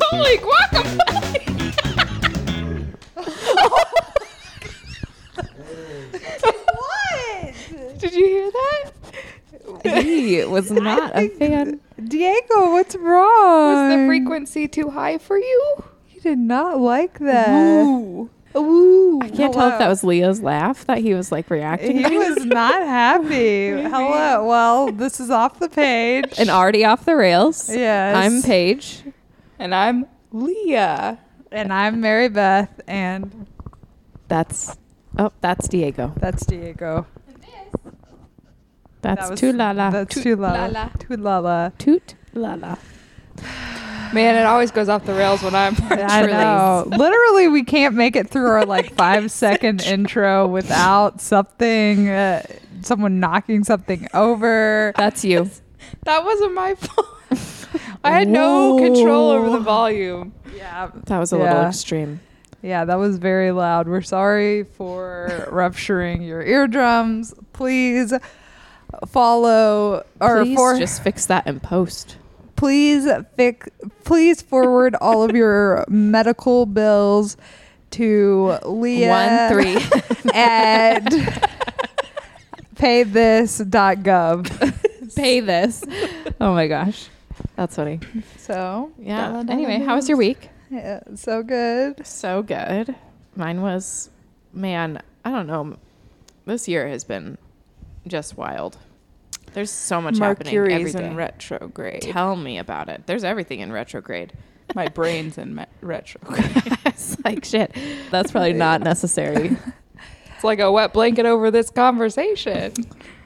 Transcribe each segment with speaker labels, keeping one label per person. Speaker 1: Holy guacamole!
Speaker 2: what?
Speaker 1: Did you hear that?
Speaker 2: He was not a
Speaker 3: think
Speaker 2: fan.
Speaker 3: Diego, what's
Speaker 1: Was
Speaker 3: wrong?
Speaker 1: the frequency too high for you?
Speaker 3: He did not like that.
Speaker 1: Ooh.
Speaker 3: Ooh.
Speaker 2: I can't tell if that was Leah's laugh that he was like reacting
Speaker 3: He
Speaker 2: to.
Speaker 3: was not happy. Hello. Well, this is off the page.
Speaker 2: and already off the rails.
Speaker 3: Yes.
Speaker 2: I'm Paige.
Speaker 1: And I'm Leah.
Speaker 3: and I'm Mary Beth, and
Speaker 2: That's oh, that's Diego.
Speaker 3: that's Diego.
Speaker 2: That's
Speaker 3: That was-
Speaker 2: Tulala.
Speaker 3: That's
Speaker 1: Toot
Speaker 3: Tulala.
Speaker 1: Lala.
Speaker 3: Tulala.
Speaker 2: Toot Lala.
Speaker 1: Man, it always goes off the rails when I'm
Speaker 3: I know. Literally, we can't make it through our like five second intro without something, uh, someone knocking something over.
Speaker 2: That's you.
Speaker 1: That wasn't my fault. I had no control over the volume.
Speaker 3: Yeah,
Speaker 2: That was a little
Speaker 3: Yeah.
Speaker 2: extreme.
Speaker 3: yeah, that was very loud. We're sorry for rupturing your eardrums. Please follow or
Speaker 2: Please
Speaker 3: for
Speaker 2: just fix that in post.
Speaker 3: please fix please forward all of your medical bills to Leah
Speaker 2: One three.
Speaker 3: at paythis.gov.
Speaker 2: Pay this. Oh my gosh. That's funny.
Speaker 3: So
Speaker 2: Yeah. Anyway, how was your week?
Speaker 3: yeah, so good.
Speaker 2: So good. Mine was, man, I don't know. This year has been just wild. There's so much happening every
Speaker 1: Mercury's
Speaker 2: day.
Speaker 1: in retrograde.
Speaker 2: Tell me about it. There's everything in retrograde.
Speaker 1: my brain's in me- retrograde.
Speaker 2: it's like shit. That's probably not necessary.
Speaker 1: It's like a wet blanket over this conversation.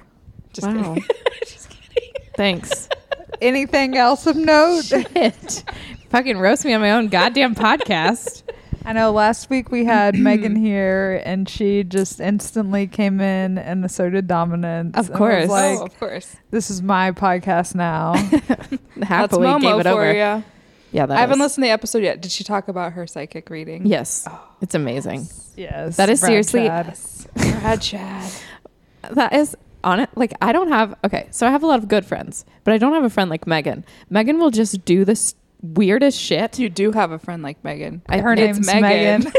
Speaker 1: Just
Speaker 2: Wow.
Speaker 1: kidding. Just kidding.
Speaker 2: Thanks.
Speaker 3: Anything else of note?
Speaker 2: Shit. Fucking roast me on my own goddamn podcast.
Speaker 3: I know last week we had Megan here and she just instantly came in and so did Dominance.
Speaker 2: Of
Speaker 3: and was
Speaker 2: course.
Speaker 3: like,
Speaker 1: oh, of course.
Speaker 3: this is my podcast now.
Speaker 1: That's
Speaker 2: Happily
Speaker 1: Momo
Speaker 2: gave it
Speaker 1: for
Speaker 2: over.
Speaker 1: you.
Speaker 2: Yeah, that
Speaker 1: I haven't
Speaker 2: was-
Speaker 1: listened to the episode yet. Did she talk about her psychic reading?
Speaker 2: Yes, it's amazing.
Speaker 3: yes.
Speaker 2: That is
Speaker 3: Brad
Speaker 2: seriously-
Speaker 3: Chad.
Speaker 1: Brad Chad.
Speaker 2: That is on it. Like I don't have. Okay, so I have a lot of good friends, but I don't have a friend like Megan. Megan will just do this weirdest shit.
Speaker 1: You do have a friend like Megan.
Speaker 2: I-
Speaker 3: Her
Speaker 2: it's
Speaker 3: name's Megan.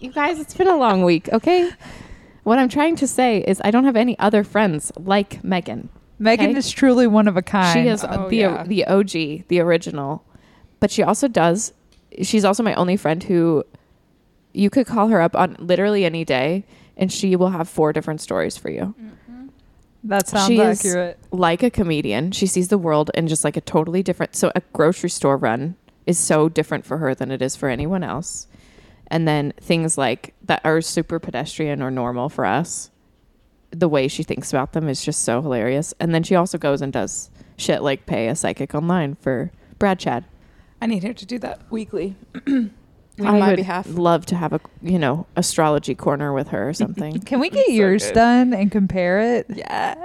Speaker 2: You guys, it's been a long week. Okay. What I'm trying to say is, I don't have any other friends like Megan.
Speaker 3: Megan
Speaker 2: Okay.
Speaker 3: is truly one of a kind.
Speaker 2: She is uh,
Speaker 1: Oh,
Speaker 2: the
Speaker 1: yeah.
Speaker 2: the OG, the original. But she also does. She's also my only friend who you could call her up on literally any day, and she will have four different stories for you.
Speaker 3: That sounds
Speaker 2: she is-
Speaker 3: accurate.
Speaker 2: Like a comedian, she sees the world in just like a totally different. So a grocery store run is so different for her than it is for anyone else. And then things like that are super pedestrian or normal for us. The way she thinks about them is just so hilarious. And then she also goes and does shit like pay a psychic online for Brad Chad.
Speaker 1: I need her to do that weekly on
Speaker 2: I
Speaker 1: my
Speaker 2: would
Speaker 1: behalf.
Speaker 2: love to have a you know astrology corner with her or something.
Speaker 3: Can we get
Speaker 1: so
Speaker 3: yours
Speaker 1: good.
Speaker 3: done and compare it?
Speaker 1: Yes.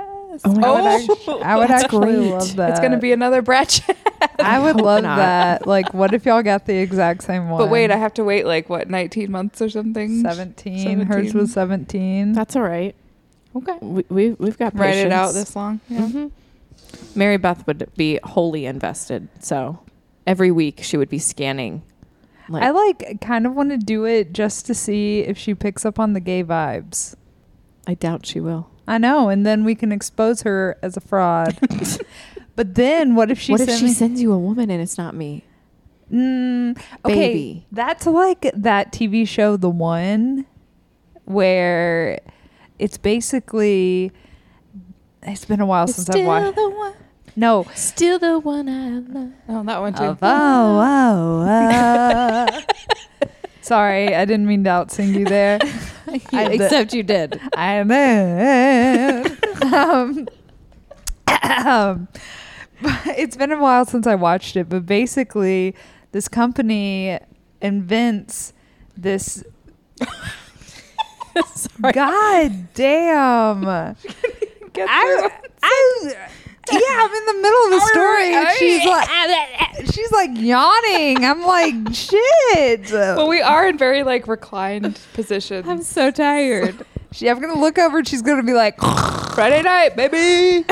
Speaker 2: Oh my
Speaker 3: I would,
Speaker 2: gosh.
Speaker 3: act- I would
Speaker 2: That's
Speaker 3: actually
Speaker 2: great.
Speaker 3: love that.
Speaker 1: It's going to be another Brad Chad.
Speaker 3: I would
Speaker 2: hope
Speaker 3: love
Speaker 2: not.
Speaker 3: that. Like, what if y'all got the exact same one?
Speaker 1: But wait, I have to wait like what, 19 months or something?
Speaker 3: 17. Hers was 17.
Speaker 2: That's all right.
Speaker 1: Okay.
Speaker 2: We, we we've got
Speaker 1: Write it out
Speaker 2: patience.
Speaker 1: this long. Yeah.
Speaker 2: hmm Mary Beth would be wholly invested. So every week she would be scanning. Like,
Speaker 3: I like kind of want to do it just to see if she picks up on the gay vibes.
Speaker 2: I doubt she will.
Speaker 3: I know, and then we can expose her as a fraud. but then what if she
Speaker 2: what
Speaker 3: sent
Speaker 2: if she
Speaker 3: me-
Speaker 2: sends you a woman and it's not me?
Speaker 3: Mm, okay,
Speaker 2: Baby.
Speaker 3: that's like that TV show, The One, where it's basically. It's been a while since I've watched.
Speaker 2: the one.
Speaker 3: No.
Speaker 2: Still the one I love.
Speaker 1: Oh, that one too.
Speaker 3: Oh, oh, oh. Sorry, I didn't mean to outsing you there. I-
Speaker 2: Except you did.
Speaker 3: I know. um, but it's been a while since I watched it, but basically, this company invents this.
Speaker 2: Sorry.
Speaker 3: God damn! I,
Speaker 1: Get through.
Speaker 3: I, yeah, I'm in the middle of the story, and she's like, she's like yawning. I'm like, shit.
Speaker 1: Well, we are in very like reclined positions.
Speaker 2: I'm so tired.
Speaker 3: She, I'm gonna look over, and she's gonna be like.
Speaker 1: Friday night, baby.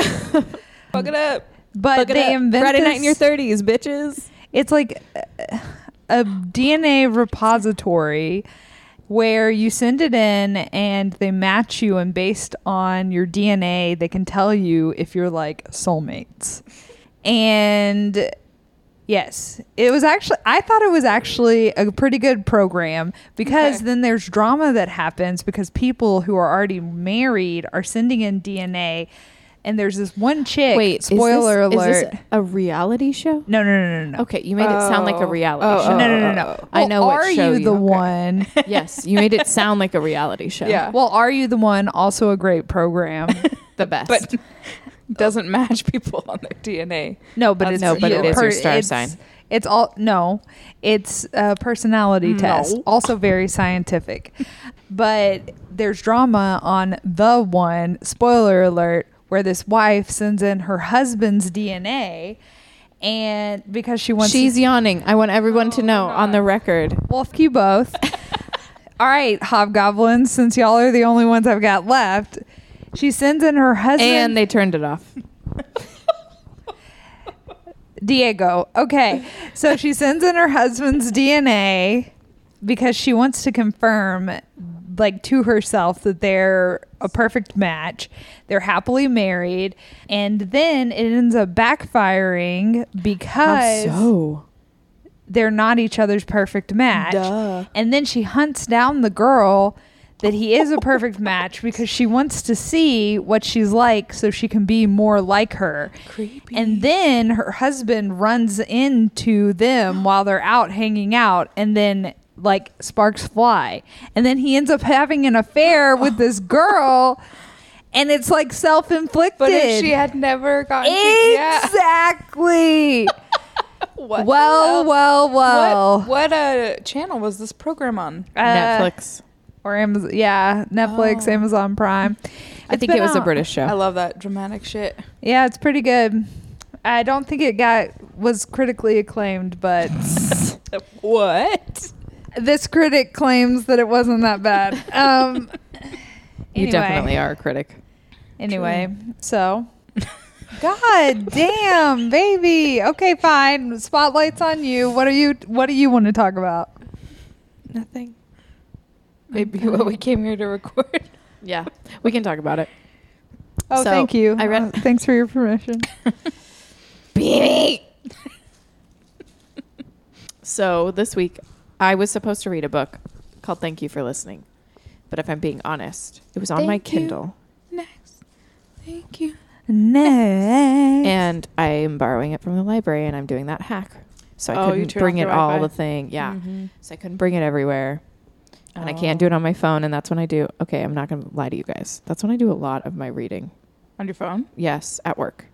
Speaker 1: Fuck it up.
Speaker 3: But
Speaker 2: Look it
Speaker 3: they
Speaker 2: up.
Speaker 3: invent
Speaker 2: Friday
Speaker 3: this,
Speaker 2: night in your 30s, bitches.
Speaker 3: it's like a- a DNA repository where you send it in and they match you and based on your DNA they can tell you if you're like soulmates. And Yes. It was actually I thought it was actually a pretty good program because
Speaker 1: Okay.
Speaker 3: then there's drama that happens because people who are already married are sending in DNA and there's this one chick
Speaker 2: Wait, is this-
Speaker 3: spoiler
Speaker 2: is this
Speaker 3: alert.
Speaker 2: a reality show?
Speaker 3: no, no, no, no, no.
Speaker 2: Okay, you made it sound like a
Speaker 1: Oh.
Speaker 2: reality
Speaker 1: Oh,
Speaker 2: show.
Speaker 1: oh,
Speaker 3: No, no, no, no.
Speaker 2: I know
Speaker 3: Well,
Speaker 2: what
Speaker 3: are
Speaker 2: show
Speaker 3: you the
Speaker 2: you-
Speaker 3: one?
Speaker 2: Yes, you made it sound like a reality show.
Speaker 1: Yeah.
Speaker 3: well, are you the one? Also a great program.
Speaker 2: the best.
Speaker 1: but doesn't match people on their DNA.
Speaker 3: No, but
Speaker 1: Uh,
Speaker 3: it's
Speaker 1: no, but
Speaker 3: you-
Speaker 1: it is
Speaker 2: your star
Speaker 3: it's-
Speaker 2: sign.
Speaker 3: It's all no, it's a personality test.
Speaker 1: No.
Speaker 3: Also very scientific, but there's drama on the one. Spoiler alert: where this wife sends in her husband's DNA, and because she wants
Speaker 2: she's yawning. I want everyone to know on the record.
Speaker 3: well, fuck you both. All right, hobgoblins, since y'all are the only ones I've got left, she sends in her husband
Speaker 2: And they turned it off.
Speaker 3: Diego. Okay. So she sends in her husband's DNA because she wants to confirm like to herself that they're a perfect match. They're happily married and then it ends up backfiring because
Speaker 2: so?
Speaker 3: they're not each other's perfect match.
Speaker 1: Duh.
Speaker 3: And then she hunts down the girl that he is a perfect match because she wants to see what she's like so she can be more like her.
Speaker 1: Creepy.
Speaker 3: And then her husband runs into them while they're out hanging out and then like sparks fly. And then he ends up having an affair with this girl and it's like self-inflicted.
Speaker 1: But if she had never gotten to, yeah.
Speaker 3: Exactly.
Speaker 1: What
Speaker 3: well,
Speaker 1: the-
Speaker 3: well, well.
Speaker 1: what, what a channel was this program on?
Speaker 3: Uh,
Speaker 2: Netflix.
Speaker 3: or Amazon. Yeah, Netflix,
Speaker 1: Oh.
Speaker 3: Amazon Prime.
Speaker 2: I
Speaker 3: It's
Speaker 2: think
Speaker 3: been
Speaker 2: it was a
Speaker 3: out.
Speaker 2: British show.
Speaker 1: I love that dramatic shit.
Speaker 3: Yeah, it's pretty good. I don't think it got was critically acclaimed, but
Speaker 1: Uh, What?
Speaker 3: this critic claims that it wasn't that bad. Um,
Speaker 2: you
Speaker 3: anyway.
Speaker 2: definitely are a critic.
Speaker 3: Anyway, so. God damn, baby. Okay, fine. Spotlight's on you. What are you? What do you want to talk about?
Speaker 1: Nothing. Maybe what we came here to record.
Speaker 2: Yeah, we can talk about it.
Speaker 3: Oh,
Speaker 2: So,
Speaker 3: thank you.
Speaker 2: I read-
Speaker 3: Uh, thanks for your permission.
Speaker 2: So this week, I was supposed to read a book called "Thank You for Listening," but if I'm being honest, it was on my
Speaker 1: Thank you.
Speaker 2: Kindle,
Speaker 1: Next. Thank you. Mm.
Speaker 3: Next.
Speaker 2: and I am borrowing it from the library, and I'm doing that hack, so I
Speaker 1: Oh, you
Speaker 2: couldn't
Speaker 1: turn
Speaker 2: bring
Speaker 1: off
Speaker 2: it
Speaker 1: your
Speaker 2: all
Speaker 1: Wi-Fi?
Speaker 2: the thing. Yeah,
Speaker 1: Mhm.
Speaker 2: so I couldn't bring it everywhere, and I can't do it on my phone, and that's when I do. Okay, I'm not gonna lie to you guys. That's when I do a lot of my reading.
Speaker 1: On your phone?
Speaker 2: Yes, at work.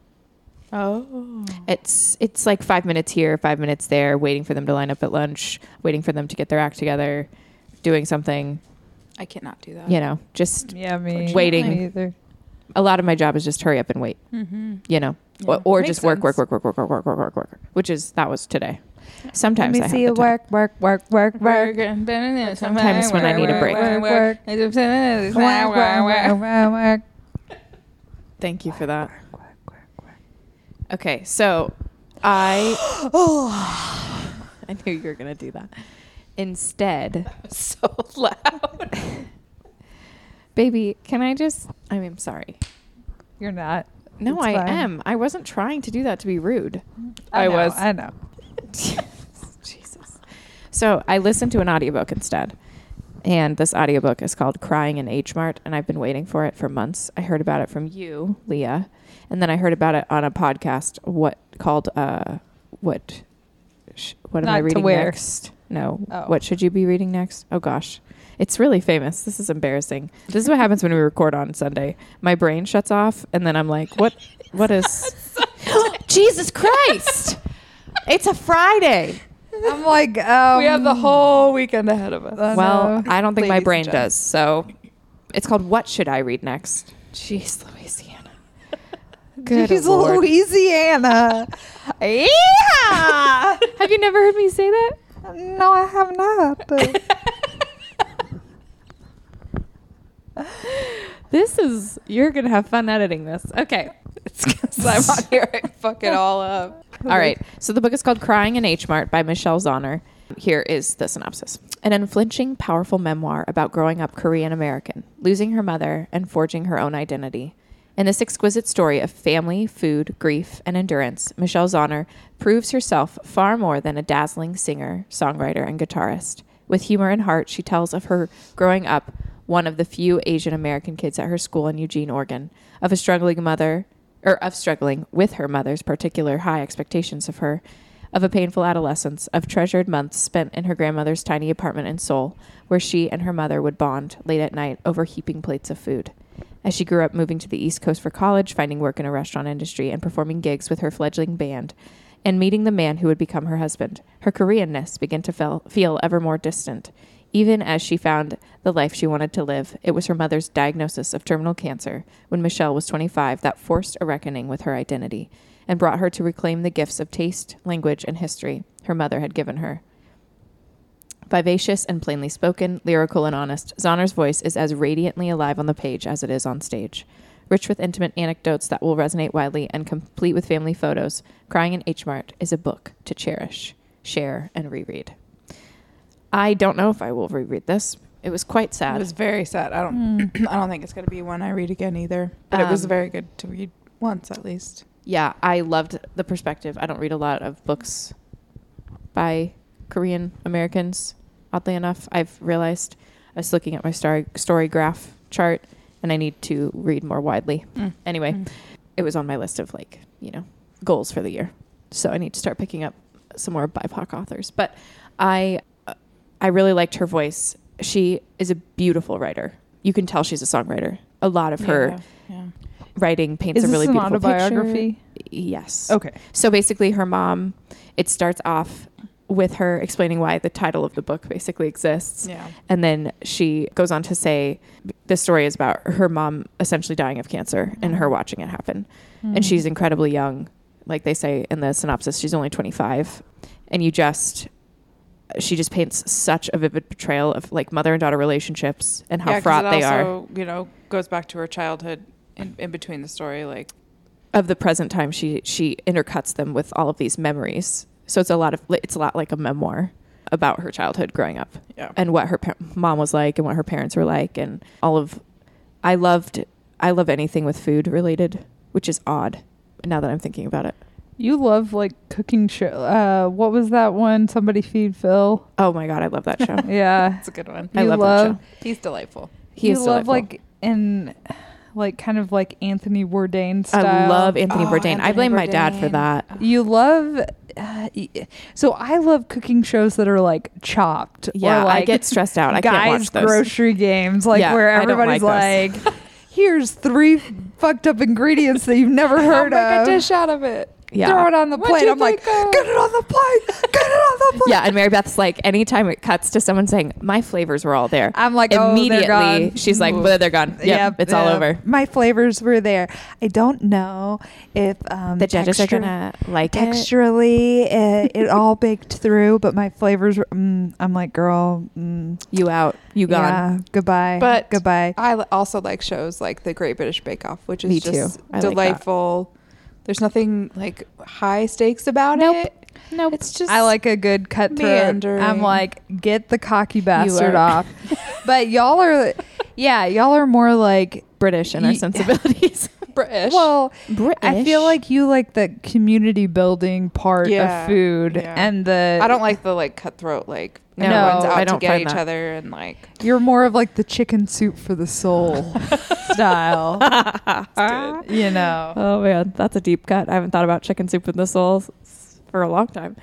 Speaker 1: Oh.
Speaker 2: It's it's like five minutes here, five minutes there, waiting for them to line up at lunch, waiting for them to get their act together, doing something.
Speaker 1: I cannot do that.
Speaker 2: You know, just
Speaker 3: Yeah, me.
Speaker 2: Waiting.
Speaker 3: Me either.
Speaker 2: a lot of my job is just hurry up and wait.
Speaker 1: Mm-hmm.
Speaker 2: You know, or,
Speaker 1: Yeah.
Speaker 2: or
Speaker 1: Makes
Speaker 2: just work, work,
Speaker 1: sense.
Speaker 2: work, work, work, work, work, work, work, work, which is that was today. Sometimes I
Speaker 3: Let me
Speaker 2: have
Speaker 3: see
Speaker 2: the
Speaker 3: you
Speaker 2: time.
Speaker 3: work, work, work, work, work.
Speaker 1: Sometimes,
Speaker 2: Sometimes when I need a break.
Speaker 3: Work, Work, work, work, work, work.
Speaker 2: Thank you for that. Okay, so I I knew you were gonna do that. Instead,
Speaker 1: So loud.
Speaker 2: baby, can I just? I mean, I'm sorry.
Speaker 3: You're not.
Speaker 2: No,
Speaker 3: It's
Speaker 2: I
Speaker 3: fine.
Speaker 2: am. I wasn't trying to do that to be rude.
Speaker 1: I
Speaker 3: know,
Speaker 1: was.
Speaker 3: I know.
Speaker 2: Jesus. So I listened to an audiobook instead. And this audiobook is called Crying in H Mart, and I've been waiting for it for months. I heard about it from you, Leah, and then I heard about it on a podcast. What called uh, what? Sh- what am I
Speaker 3: Not to
Speaker 2: reading
Speaker 3: wear.
Speaker 2: next? No.
Speaker 3: Oh.
Speaker 2: What should you be reading next? Oh gosh, it's really famous. This is embarrassing. This is what happens when we record on Sunday. My brain shuts off, and then I'm like, what? What is? Jesus Christ! it's a Friday.
Speaker 3: I'm like, um,
Speaker 1: we have the whole weekend ahead of us.
Speaker 3: uh,
Speaker 2: Well,
Speaker 3: no.
Speaker 2: I don't think my
Speaker 1: Ladies and
Speaker 2: brain
Speaker 1: gents.
Speaker 2: does. So it's called What Should I Read Next? Jeez, Louisiana. Good
Speaker 3: She's
Speaker 2: Lord.
Speaker 3: Louisiana. yeah.
Speaker 2: Have you never heard me say that?
Speaker 3: No, I have not.
Speaker 2: This is, you're going to have fun editing this. Okay.
Speaker 3: questions because
Speaker 1: I'm
Speaker 3: I'm
Speaker 1: on here. I fuck it all up.
Speaker 2: All right. So the book is called Crying in H Mart by Michelle Zauner. Here is the synopsis An unflinching, powerful memoir about growing up Korean American, losing her mother, and forging her own identity. In this exquisite story of family, food, grief, and endurance, Michelle Zauner proves herself far more than a dazzling singer, songwriter, and guitarist. With humor and heart, she tells of her growing up one of the few Asian American kids at her school in Eugene, Oregon, of a struggling mother, or of struggling with her mother's particular high expectations of her, of a painful adolescence, of treasured months spent in her grandmother's tiny apartment in Seoul, where she and her mother would bond late at night over heaping plates of food. As she grew up moving to the East Coast for college, finding work in a restaurant industry, and performing gigs with her fledgling band, and meeting the man who would become her husband, her Koreanness began to feel, feel ever more distant. Even as she found the life she wanted to live, it was her mother's diagnosis of terminal cancer when Michelle was 25 that forced a reckoning with her identity and brought her to reclaim the gifts of taste, language, and history her mother had given her. Vivacious and plainly spoken, lyrical and honest, Zahner's voice is as radiantly alive on the page as it is on stage. Rich with intimate anecdotes that will resonate widely and complete with family photos, Crying in H Mart is a book to cherish, share, and reread. I don't know if I will reread this. It was quite
Speaker 1: That
Speaker 2: sad. Hmm.
Speaker 1: is very sad. I don't. I don't think it's gonna be one I read again either. But it was
Speaker 2: Um,
Speaker 1: very good to read once at least.
Speaker 2: yeah, I loved the perspective. I don't read a lot of books by Korean Americans, oddly enough. I've realized I was looking at my star- story graph chart and I need to read more widely. hmm. Anyway,
Speaker 1: Mm.
Speaker 2: it was on my list of like, you know, goals for the year. So I need to start picking up some more BIPOC authors. But I I really liked her voice. She is a beautiful writer. You can tell she's a songwriter. A lot of her
Speaker 1: Yeah.
Speaker 2: writing paints
Speaker 3: Is
Speaker 2: a
Speaker 3: this
Speaker 2: really
Speaker 3: an
Speaker 2: beautiful
Speaker 3: autobiography?
Speaker 2: picture. Yes.
Speaker 3: Okay.
Speaker 2: So basically, her mom. It starts off with her explaining why the title of the book basically exists,
Speaker 1: Yeah.
Speaker 2: and then she goes on to say the story is about her mom essentially dying of cancer and
Speaker 1: Mm-hmm.
Speaker 2: her watching it happen,
Speaker 1: Hmm.
Speaker 2: and she's incredibly young. Like they say in the synopsis, she's only 25, and you just she just paints such a vivid portrayal of like mother and daughter relationships and how
Speaker 1: 'cause
Speaker 2: fraught
Speaker 1: it
Speaker 2: they are
Speaker 1: also, You know, goes back to her childhood in, in between the story. Like,
Speaker 2: of the present time she she intercuts them with all of these memories so it's a lot of it's a lot like a memoir about her childhood growing up
Speaker 1: yeah,
Speaker 2: and what her par- mom was like and what her parents were like and all of i loved i love anything with food related which is odd now that i'm thinking about it
Speaker 3: You love like cooking show. Uh, what was that one? Somebody feed Phil.
Speaker 2: oh my god i love that show
Speaker 3: Yeah,
Speaker 1: it's a good one.
Speaker 2: I
Speaker 3: You
Speaker 2: love, that
Speaker 3: love-
Speaker 2: show.
Speaker 1: He's delightful.
Speaker 2: He
Speaker 3: you
Speaker 2: is
Speaker 3: love
Speaker 2: delightful.
Speaker 3: like in like kind of like Anthony Bourdain style.
Speaker 2: I love Anthony
Speaker 1: Oh,
Speaker 2: Bourdain. I
Speaker 1: Anthony
Speaker 2: blame my dad for
Speaker 1: Bourdain.
Speaker 2: that.
Speaker 3: You love. Uh, y- so I love cooking shows that are like chopped.
Speaker 2: Yeah,
Speaker 3: or
Speaker 2: I
Speaker 3: like
Speaker 2: get stressed out. I
Speaker 3: guys
Speaker 2: can't watch those.
Speaker 3: grocery games, like
Speaker 2: Yeah,
Speaker 3: where
Speaker 2: I don't
Speaker 3: everybody's
Speaker 2: like
Speaker 3: like, "Here's three fucked up ingredients that you've never heard of.
Speaker 1: Make a dish out of it.
Speaker 2: Yeah.
Speaker 3: Throw it on the
Speaker 1: What'd
Speaker 3: plate."
Speaker 1: you
Speaker 3: I'm like,
Speaker 1: think of?
Speaker 3: "Get it on the plate! Get it on the plate!"
Speaker 2: yeah, and Mary Beth's like, anytime it cuts to someone saying, "My flavors were all there,"
Speaker 3: I'm like, "Oh, they're
Speaker 2: immediately
Speaker 3: gone."
Speaker 2: she's like,
Speaker 3: Ooh.
Speaker 2: "Well, they're gone. Yep, it's all
Speaker 3: yep.
Speaker 2: over."
Speaker 3: My flavors were there. I don't know if um,
Speaker 2: The judges
Speaker 3: texture-
Speaker 2: are gonna like it.
Speaker 3: texturally it, it all baked through, but my flavors. Were, mm, I'm like, girl, mm,
Speaker 2: You out? You gone?
Speaker 3: yeah, goodbye,
Speaker 1: But-
Speaker 3: goodbye.
Speaker 1: I l- also like shows like The Great British Bake Off, which is
Speaker 2: Me
Speaker 1: just
Speaker 2: too. I like that.
Speaker 1: delightful. There's nothing like high stakes about
Speaker 2: Nope.
Speaker 1: it.
Speaker 2: Nope.
Speaker 1: It's just
Speaker 3: I like a good cutthroat.
Speaker 1: Meandering.
Speaker 3: I'm like, get the cocky bastard
Speaker 2: are-
Speaker 3: off. but y'all are, yeah, y'all are more like
Speaker 2: British in our
Speaker 3: Ye-
Speaker 2: sensibilities.
Speaker 1: British.
Speaker 3: Well,
Speaker 2: British.
Speaker 3: I feel like you like the community building part
Speaker 1: Yeah,
Speaker 3: of food
Speaker 1: yeah.
Speaker 3: and the.
Speaker 1: I don't like the like cutthroat like
Speaker 2: No,
Speaker 1: everyone's out
Speaker 2: I don't
Speaker 1: to get
Speaker 2: find
Speaker 1: each
Speaker 2: that.
Speaker 1: other and like
Speaker 3: You're more of like the chicken soup for the soul style. You know.
Speaker 2: Oh man, that's a deep cut. I haven't thought about chicken soup with the soul s- for a long time.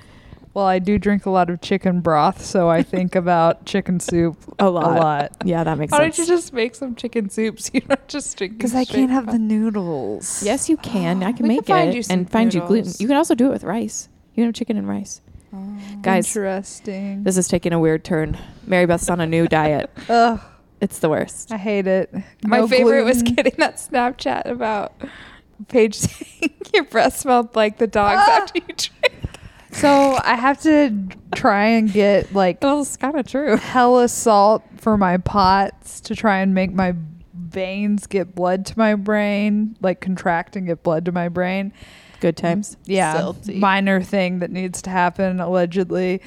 Speaker 3: Well, I do drink a lot of chicken broth, so I think about chicken soup
Speaker 2: A
Speaker 3: a
Speaker 2: lot.
Speaker 3: lot.
Speaker 2: Yeah, that makes
Speaker 1: why
Speaker 2: sense.
Speaker 1: don't you just make some chicken soups? You're not just drinking
Speaker 3: Because I
Speaker 1: straight
Speaker 3: can't have
Speaker 1: from-
Speaker 3: the noodles.
Speaker 2: yes, you can. I can
Speaker 1: We can
Speaker 2: make
Speaker 1: find
Speaker 2: it
Speaker 1: you some
Speaker 2: and find you gluten.
Speaker 1: noodles.
Speaker 2: You can also do it with rice. You can have chicken and rice. Guys,
Speaker 3: Interesting.
Speaker 2: this is taking a weird turn. Mary Beth's on a new diet.
Speaker 3: Ugh,
Speaker 2: It's the worst.
Speaker 3: I hate it.
Speaker 1: My
Speaker 3: No
Speaker 1: favorite was
Speaker 3: gluten.
Speaker 1: getting that Snapchat about Paige saying your breath smelled like the dogs
Speaker 3: Ah.
Speaker 1: after you drink.
Speaker 3: So I have to try and get like
Speaker 2: Well, it's kind of true.
Speaker 3: hella salt for my pots to try and make my veins get blood to my brain, like contract and get blood to my brain.
Speaker 2: Good times.
Speaker 3: Yeah,
Speaker 1: Silty.
Speaker 3: minor thing that needs to happen allegedly.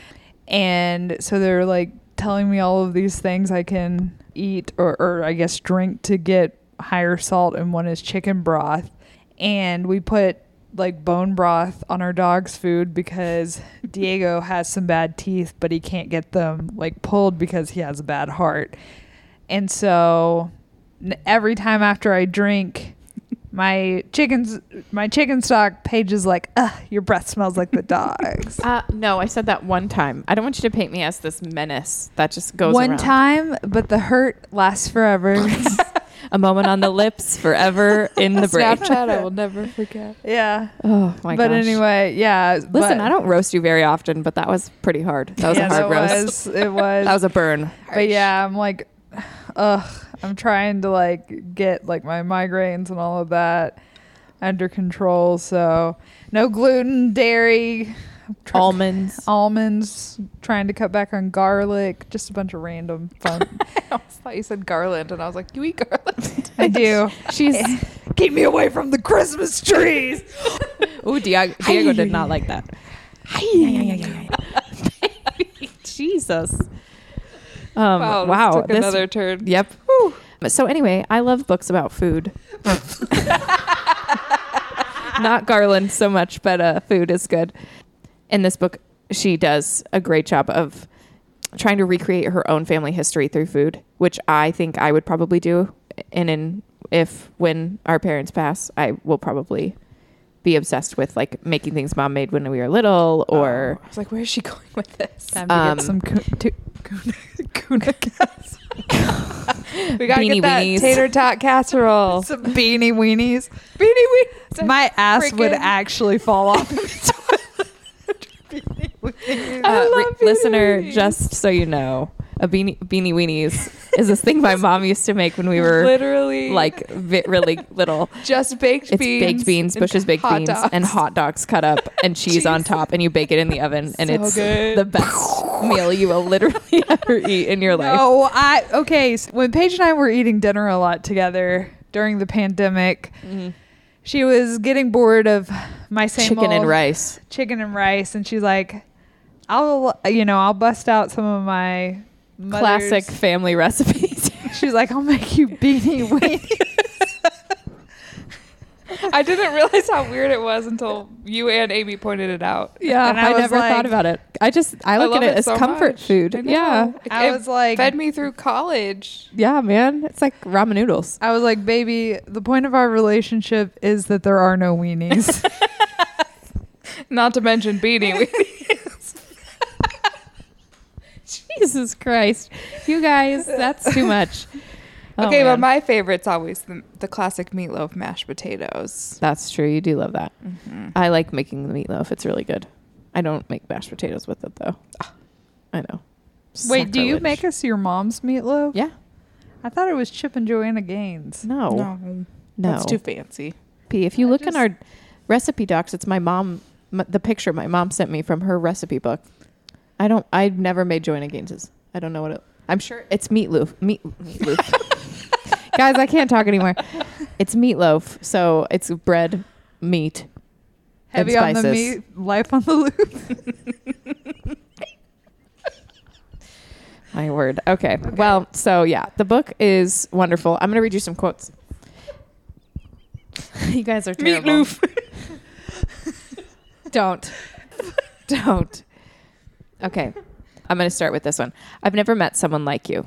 Speaker 3: And so they're like telling me all of these things I can eat or, or I guess drink to get higher salt, and one is chicken broth. And we put like bone broth on our dog's food because Diego has some bad teeth, but he can't get them like pulled because he has a bad heart. And so n- every time after I drink, my chickens, my chicken stock page is like, ugh, your breath smells like the dog's.
Speaker 2: Uh, no, I said that one time. I don't want you to paint me as this menace that just goes
Speaker 3: One
Speaker 2: around.
Speaker 3: time, but the hurt lasts forever.
Speaker 2: a moment on the lips, forever in the brain.
Speaker 1: Snapchat, I will never forget.
Speaker 3: yeah.
Speaker 2: Oh my
Speaker 3: but
Speaker 2: gosh.
Speaker 3: anyway, yeah.
Speaker 2: listen, I don't roast you very often, but that was pretty hard. That was a hard
Speaker 3: Was,
Speaker 2: roast.
Speaker 3: it was.
Speaker 2: That was a burn.
Speaker 3: But yeah, I'm like, ugh, I'm trying to like get like my migraines and all of that under control. So no gluten, dairy, tr-
Speaker 2: Almonds.
Speaker 3: almonds, trying to cut back on garlic, just a bunch of random fun.
Speaker 1: I thought you said garland, and I was like, you eat garland.
Speaker 3: I do.
Speaker 2: She's.
Speaker 3: Keep me away from the Christmas trees.
Speaker 2: Ooh, Diego, Diego did not like that. Jesus. Um, wow.
Speaker 1: Took
Speaker 2: this-
Speaker 1: another turn.
Speaker 2: Yep. So anyway, I love books about food. Not Garland so much, but uh, food is good. In this book, she does a great job of trying to recreate her own family history through food, which I think I would probably do. And in if when our parents pass, I will probably be obsessed with like making things mom made when we were little, or
Speaker 1: I was like, where is she going with this?
Speaker 3: Time to
Speaker 2: Um,
Speaker 3: get some coo- to- kuna cats.
Speaker 1: We gotta
Speaker 2: Beanie
Speaker 1: get that
Speaker 2: weenies.
Speaker 1: tater tot casserole.
Speaker 3: Some beanie weenies.
Speaker 1: Beanie weenies.
Speaker 3: My ass would
Speaker 1: freaking-
Speaker 3: actually fall off.
Speaker 2: Uh, re-
Speaker 1: love beanie
Speaker 2: listener,
Speaker 1: weenies.
Speaker 2: just so you know, a beanie beanie weenies is this thing my mom used to make when we were
Speaker 1: literally
Speaker 2: like vi- really little.
Speaker 1: just baked
Speaker 2: It's
Speaker 1: beans.
Speaker 2: baked beans,
Speaker 1: and
Speaker 2: Bush's baked
Speaker 1: hot
Speaker 2: beans,
Speaker 1: dogs.
Speaker 2: and hot dogs cut up and cheese on
Speaker 1: Cheese.
Speaker 2: top, and you bake it in the oven, and
Speaker 1: So
Speaker 2: it's
Speaker 1: good.
Speaker 2: the best meal you will literally ever eat in your life.
Speaker 3: No, I okay. So when Paige and I were eating dinner a lot together during the pandemic,
Speaker 2: Mm-hmm.
Speaker 3: she was getting bored of my same
Speaker 2: Chicken and
Speaker 3: old
Speaker 2: rice.
Speaker 3: chicken and rice, and she's like, "I'll you know I'll bust out some of my mother's-
Speaker 2: Classic family recipes.
Speaker 3: She's like, "I'll make you beanie weenies."
Speaker 1: I didn't realize how weird it was until you and Amy pointed it out.
Speaker 2: yeah,
Speaker 3: And I
Speaker 2: I,
Speaker 3: was
Speaker 2: never
Speaker 3: like-
Speaker 2: thought about it. I just I look
Speaker 1: love
Speaker 2: at it, as
Speaker 1: so
Speaker 2: comfort
Speaker 1: much.
Speaker 2: food.
Speaker 1: I know.
Speaker 2: Yeah,
Speaker 1: It-
Speaker 3: I
Speaker 1: it
Speaker 3: was like-
Speaker 1: fed me through college.
Speaker 2: yeah, man, it's like ramen noodles.
Speaker 3: I was like, "Baby, the point of our relationship is that there are no weenies."
Speaker 1: Not to mention beanie weenies.
Speaker 2: Jesus Christ. You guys, that's too much. Oh,
Speaker 1: okay, but
Speaker 2: man.
Speaker 1: my favorite's always the, the classic meatloaf mashed potatoes.
Speaker 2: That's true. You do love that. I like making the meatloaf. It's really good. I don't make mashed potatoes with it, though. Ah, I know.
Speaker 3: Wait, do you
Speaker 2: Sacrilege.
Speaker 3: make us your mom's meatloaf?
Speaker 2: Yeah.
Speaker 3: I thought it was Chip and Joanna Gaines.
Speaker 2: No. No.
Speaker 1: Mm-hmm. That's too fancy.
Speaker 2: P, if you
Speaker 3: I
Speaker 2: look
Speaker 3: just-
Speaker 2: in our recipe docs, it's my mom, m- the picture my mom sent me from her recipe book. I don't, I've never made Joanna Gaines's. I don't know what it, I'm sure it's meatloaf. Meat, meatloaf. Guys, I can't talk anymore. It's meatloaf. So it's bread, meat, and
Speaker 3: Heavy on the
Speaker 2: spices.
Speaker 3: meat, life on the loop.
Speaker 2: My word. Okay. Well, so yeah, the book is wonderful. I'm going to read you some quotes. you guys are terrible. Don't. Don't. Okay. I'm going to start with this one. I've never met someone like you.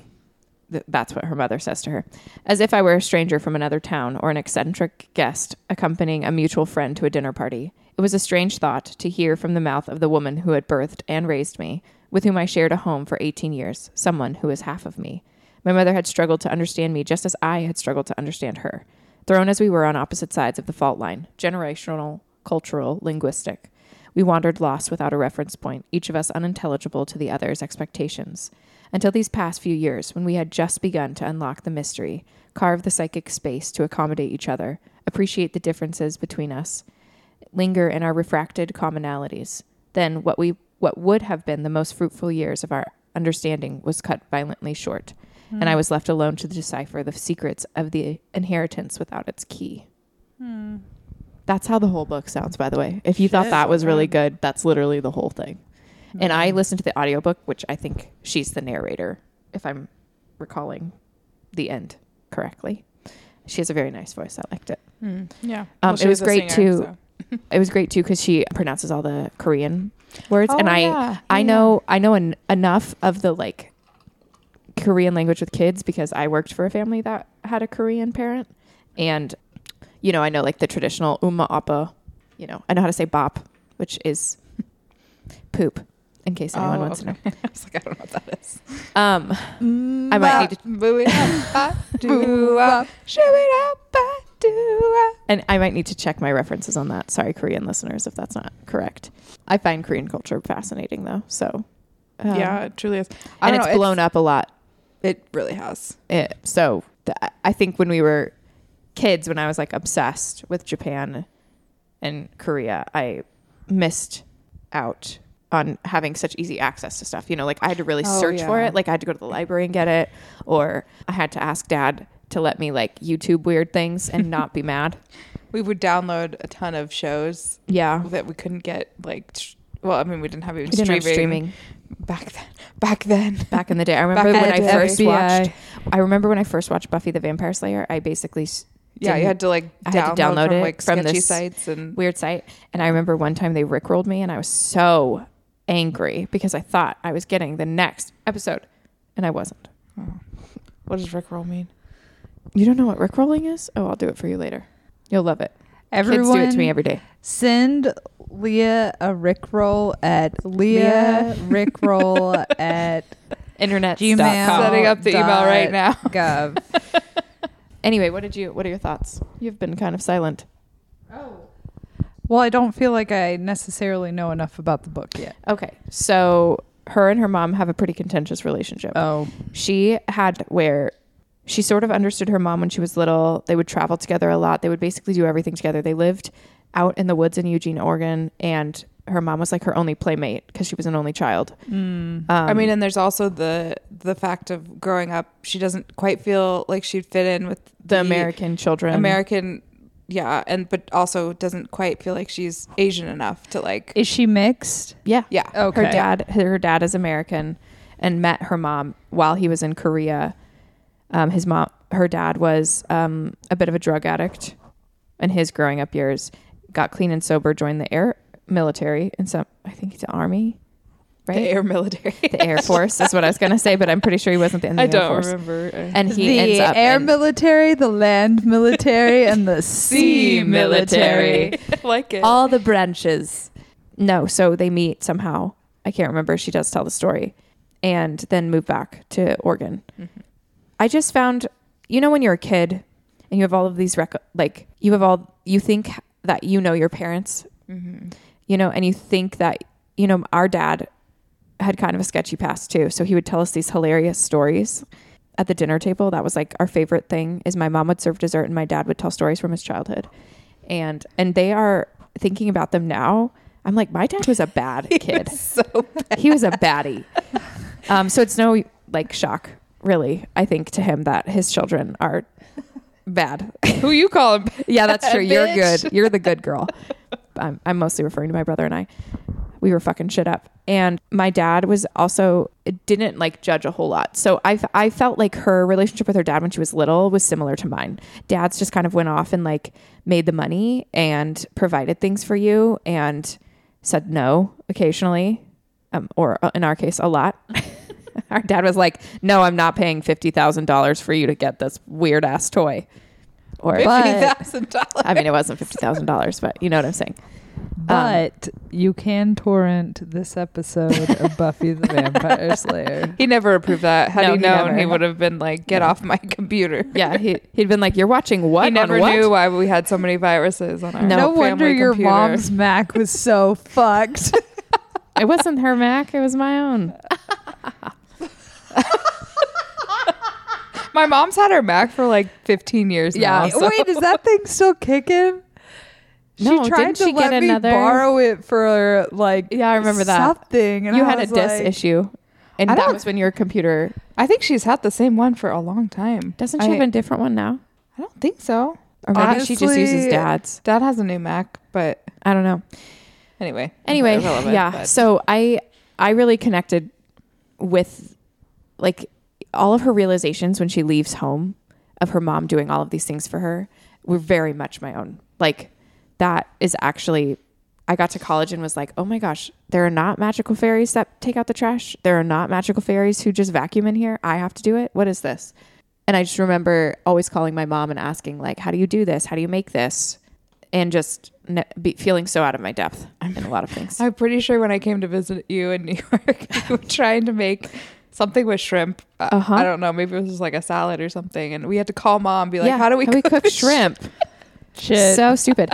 Speaker 2: Th- That's what her mother says to her. As if I were a stranger from another town or an eccentric guest accompanying a mutual friend to a dinner party. It was a strange thought to hear from the mouth of the woman who had birthed and raised me, with whom I shared a home for 18 years, someone who is half of me. My mother had struggled to understand me just as I had struggled to understand her, thrown as we were on opposite sides of the fault line generational, cultural, linguistic. We wandered lost without a reference point, each of us unintelligible to the other's expectations, until these past few years when we had just begun to unlock the mystery, carve the psychic space to accommodate each other, appreciate the differences between us, linger in our refracted commonalities. Then what we what would have been the most fruitful years of our understanding was cut violently short. and I was left alone to decipher the secrets of the inheritance without its key. That's how the whole book sounds, by the way. If you thought
Speaker 3: Shit.
Speaker 2: that was really good, that's literally the whole thing. And
Speaker 1: Mm-hmm.
Speaker 2: I listened to the audiobook, which I think she's the narrator, if I'm recalling the end correctly. She has a very nice voice. I liked it.
Speaker 1: Yeah.
Speaker 2: Um,
Speaker 1: Well,
Speaker 2: it
Speaker 1: she
Speaker 2: was
Speaker 1: a
Speaker 2: great
Speaker 1: singer,
Speaker 2: too.
Speaker 1: so.
Speaker 2: It was great too because she pronounces all the Korean words, and
Speaker 1: Oh,
Speaker 2: I
Speaker 1: yeah.
Speaker 2: I
Speaker 1: Yeah.
Speaker 2: know I know en- enough of the like Korean language with kids because I worked for a family that had a Korean parent, and you know I know like the traditional umma appa, you know I know how to say bop, which is poop, in case anyone
Speaker 1: Oh,
Speaker 2: wants to know.
Speaker 1: I was like, I don't know what that is.
Speaker 2: Um,
Speaker 3: Mm.
Speaker 2: I might need to
Speaker 1: Boo it up, ba,
Speaker 3: Boo
Speaker 1: do up, shoo it up, ba, do up.
Speaker 2: And I might need to check my references on that. Sorry, Korean listeners, if that's not correct. I find Korean culture fascinating, though. So, um,
Speaker 1: Yeah, it truly is. I
Speaker 2: and
Speaker 1: don't
Speaker 2: it's
Speaker 1: know,
Speaker 2: blown up a lot.
Speaker 1: It really has.
Speaker 2: It, so, th- I think when we were kids, when I was like obsessed with Japan and Korea, I missed out on having such easy access to stuff. You know, like I had to really
Speaker 1: Oh,
Speaker 2: search for
Speaker 1: yeah.
Speaker 2: it. Like I had to go to the library and get it, or I had to ask dad to let me like YouTube weird things and not be mad.
Speaker 1: We would download a ton of shows
Speaker 2: Yeah.
Speaker 1: that we couldn't get like. tr- Well, I mean, we didn't have even
Speaker 2: Oh. We didn't
Speaker 1: streaming,
Speaker 2: have streaming.
Speaker 1: back then. Back then,
Speaker 2: back in the day. I remember
Speaker 1: in
Speaker 2: when
Speaker 1: the
Speaker 2: I
Speaker 1: day.
Speaker 2: first
Speaker 3: FBI.
Speaker 2: watched. I remember when I first watched Buffy the Vampire Slayer. I basically s-
Speaker 1: yeah, you
Speaker 2: didn't-
Speaker 1: had to like
Speaker 2: I
Speaker 1: download,
Speaker 2: had to download
Speaker 1: from
Speaker 2: it
Speaker 1: like
Speaker 2: from
Speaker 1: sketchy
Speaker 2: this
Speaker 1: sites and
Speaker 2: weird site. And I remember one time they rickrolled me, and I was so angry because I thought I was getting the next episode, and I wasn't.
Speaker 1: what does Rickroll mean?
Speaker 2: You don't know what rickrolling is? Oh, I'll do it for you later. You'll love it.
Speaker 3: Everyone
Speaker 2: Kids do it to me every day.
Speaker 3: Send Leah a Rickroll at Leah Rickroll at
Speaker 2: Internet.
Speaker 3: gmail.
Speaker 1: Setting up the email right now.
Speaker 3: Gov.
Speaker 2: Anyway, what did you? What are your thoughts? You've been kind of silent.
Speaker 3: Oh. Well, I don't feel like I necessarily know enough about the book yet.
Speaker 2: Okay, so her and her mom have a pretty contentious relationship.
Speaker 3: Oh,
Speaker 2: she had where she sort of understood her mom when she was little. They would travel together a lot. They would basically do everything together. They lived out in the woods in Eugene, Oregon, and her mom was like her only playmate because she was an only child. Um,
Speaker 1: Mm. I mean, and there's also the the fact of growing up, she doesn't quite feel like she'd fit in with
Speaker 2: the American children.
Speaker 1: American, yeah, and but also doesn't quite feel like she's Asian enough to like,
Speaker 3: is she mixed?
Speaker 2: yeah,
Speaker 1: yeah,
Speaker 3: Okay.
Speaker 2: Her dad, her dad is American, and met her mom while he was in Korea. Um, his mom, her dad was um, a bit of a drug addict in his growing up years. Got clean and sober, joined the air military, and some I think he's the army, right?
Speaker 1: the air military.
Speaker 2: The Air Force is what I was gonna say, but I'm pretty sure he wasn't in the
Speaker 1: I
Speaker 2: Air
Speaker 1: don't
Speaker 2: Force.
Speaker 1: remember.
Speaker 2: And he
Speaker 3: the
Speaker 2: ends up
Speaker 3: air
Speaker 2: in-
Speaker 3: military, the land military, and the sea military.
Speaker 1: like it.
Speaker 2: all the branches. No, so they meet somehow. I can't remember. She does tell the story and then move back to Oregon. I just found, you know, when you're a kid and you have all of these, rec- like, you have all, you think that you know your parents, you know, and you think that, you know, our dad had kind of a sketchy past too. So he would tell us these hilarious stories at the dinner table. That was like our favorite thing is my mom would serve dessert and my dad would tell stories from his childhood. And and they are thinking about them now. I'm like, my dad was a bad kid.
Speaker 1: so
Speaker 2: he was a baddie. Um, so it's no like shock, really, I think, to him that his children are bad.
Speaker 1: who you call him?
Speaker 2: yeah, that's true. You're
Speaker 1: Bitch.
Speaker 2: good. You're the good girl. I'm, I'm mostly referring to my brother and I. We were fucking shit up. And my dad was also didn't like judge a whole lot. So I, f- I felt like her relationship with her dad when she was little was similar to mine. Dad's just kind of went off and like made the money and provided things for you and said no occasionally, um, or uh, in our case, a lot. our dad was like, "No, I'm not paying fifty thousand dollars for you to get this weird ass toy." Or
Speaker 1: Fifty thousand dollars.
Speaker 2: I mean, it wasn't fifty thousand dollars, but you know what I'm saying. Um,
Speaker 3: But you can torrent this episode of Buffy the Vampire Slayer.
Speaker 1: He never approved that. Had
Speaker 2: No,
Speaker 1: he
Speaker 2: he
Speaker 1: known,
Speaker 2: never.
Speaker 1: he would have been like, "Get off my computer."
Speaker 2: Yeah, he he'd been like, "You're watching what?"
Speaker 1: He never
Speaker 2: on what?
Speaker 1: knew why we had so many viruses on our
Speaker 3: No,
Speaker 2: No.
Speaker 1: family
Speaker 3: wonder your
Speaker 1: computer.
Speaker 3: mom's Mac was so fucked.
Speaker 2: It wasn't her Mac; it was my own.
Speaker 1: My mom's had her Mac for like 15 years now.
Speaker 2: Yeah.
Speaker 1: so-
Speaker 3: Wait, is that thing still kicking?
Speaker 2: No,
Speaker 3: she tried
Speaker 2: didn't
Speaker 3: to
Speaker 2: she
Speaker 3: let
Speaker 2: get
Speaker 3: me
Speaker 2: another-
Speaker 3: borrow it for like
Speaker 2: Yeah, I remember that.
Speaker 3: something. And
Speaker 2: you
Speaker 3: I
Speaker 2: had a
Speaker 3: was
Speaker 2: disc
Speaker 3: like,
Speaker 2: issue. And
Speaker 1: I
Speaker 2: that
Speaker 1: don't-
Speaker 2: was when your computer
Speaker 1: I think she's had the same one for a long time.
Speaker 2: doesn't she
Speaker 1: I-
Speaker 2: have a different one now?
Speaker 1: I don't think so.
Speaker 2: Or maybe she just uses
Speaker 1: Honestly-
Speaker 2: dad's.
Speaker 1: Dad has a new Mac, but
Speaker 2: I don't know.
Speaker 1: anyway.
Speaker 2: anyway
Speaker 1: irrelevant,
Speaker 2: yeah
Speaker 1: but-
Speaker 2: so i i really connected with like all of her realizations when she leaves home of her mom doing all of these things for her were very much my own like that is actually i got to college and was like oh my gosh there are not magical fairies that take out the trash there are not magical fairies who just vacuum in here i have to do it what is this and i just remember always calling my mom and asking like how do you do this how do you make this and just ne- be feeling so out of my depth in a lot of things
Speaker 1: I'm pretty sure when I came to visit you in New York, you were trying to make something with shrimp. Uh,
Speaker 2: Uh-huh.
Speaker 1: I don't know. Maybe it was just like a salad or something. And we had to call mom and be like, how do we cook,
Speaker 2: cook
Speaker 1: this?"
Speaker 2: shrimp?
Speaker 3: Shit.
Speaker 2: So stupid.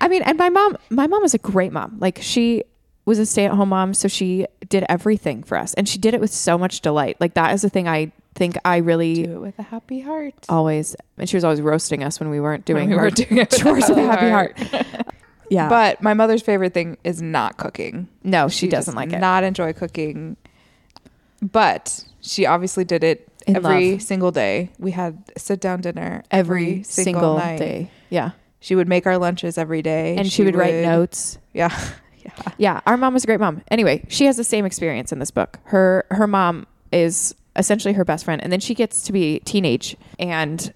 Speaker 2: I mean, and my mom, my mom was a great mom. Like she was a stay-at-home mom, so she did everything for us, and she did it with so much delight. Like that is the thing I think I really
Speaker 1: Do it with a happy heart.
Speaker 2: always, and she was always roasting us when we weren't doing
Speaker 1: When we
Speaker 2: her
Speaker 1: were doing it with a
Speaker 2: chores with a happy heart. yeah, but
Speaker 1: But my mother's favorite thing is not cooking.
Speaker 2: no, she,
Speaker 1: does
Speaker 2: doesn't like it.
Speaker 1: Not enjoy cooking, but she obviously did it
Speaker 2: In
Speaker 1: every
Speaker 2: love.
Speaker 1: single day. We had sit down dinner
Speaker 2: every, single,
Speaker 1: night.
Speaker 2: day. Yeah,
Speaker 1: She would make our lunches every day,
Speaker 2: and she, would write notes.
Speaker 1: Yeah, yeah.
Speaker 2: yeah our mom was a great mom anyway she has the same experience in this book her her mom is essentially her best friend and then she gets to be teenage and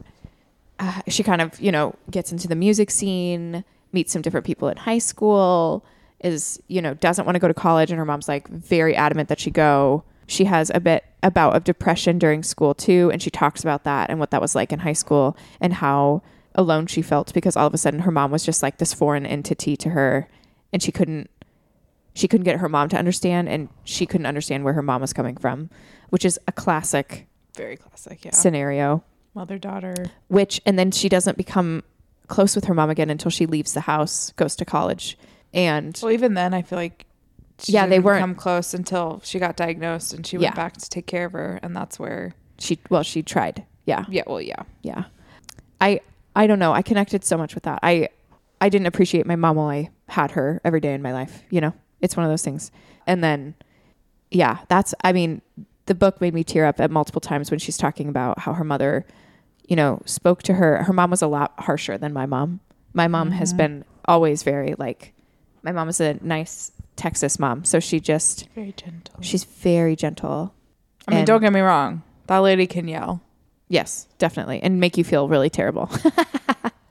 Speaker 2: uh, she kind of you know gets into the music scene meets some different people at high school is you know doesn't want to go to college and her mom's like very adamant that she go she has a bit a bout of depression during school too and she talks about that and what that was like in high school and how alone she felt because all of a sudden her mom was just like this foreign entity to her and she couldn't she couldn't get her mom to understand and she couldn't understand where her mom was coming from which is a classic
Speaker 1: Very classic. Yeah,
Speaker 2: scenario
Speaker 1: mother daughter.
Speaker 2: which and then she doesn't become close with her mom again until she leaves the house goes to college and
Speaker 1: Well, even then, I feel like she
Speaker 2: Yeah, they
Speaker 1: didn't
Speaker 2: weren't-
Speaker 1: come close until she got diagnosed, and she
Speaker 2: Yeah.
Speaker 1: went back to take care of her, and that's where.
Speaker 2: she well she tried yeah
Speaker 1: Yeah, well, yeah.
Speaker 2: yeah i i don't know i connected so much with that i i didn't appreciate my mom while i had her every day in my life you know it's one of those things and then yeah that's i mean the book made me tear up at multiple times when she's talking about how her mother you know spoke to her her mom was a lot harsher than my mom my mom has been always very like my mom is a nice texas mom so she just
Speaker 1: Very gentle.
Speaker 2: she's very gentle
Speaker 1: I mean,
Speaker 2: and-
Speaker 1: don't get me wrong. That lady can yell.
Speaker 2: yes definitely and make you feel really terrible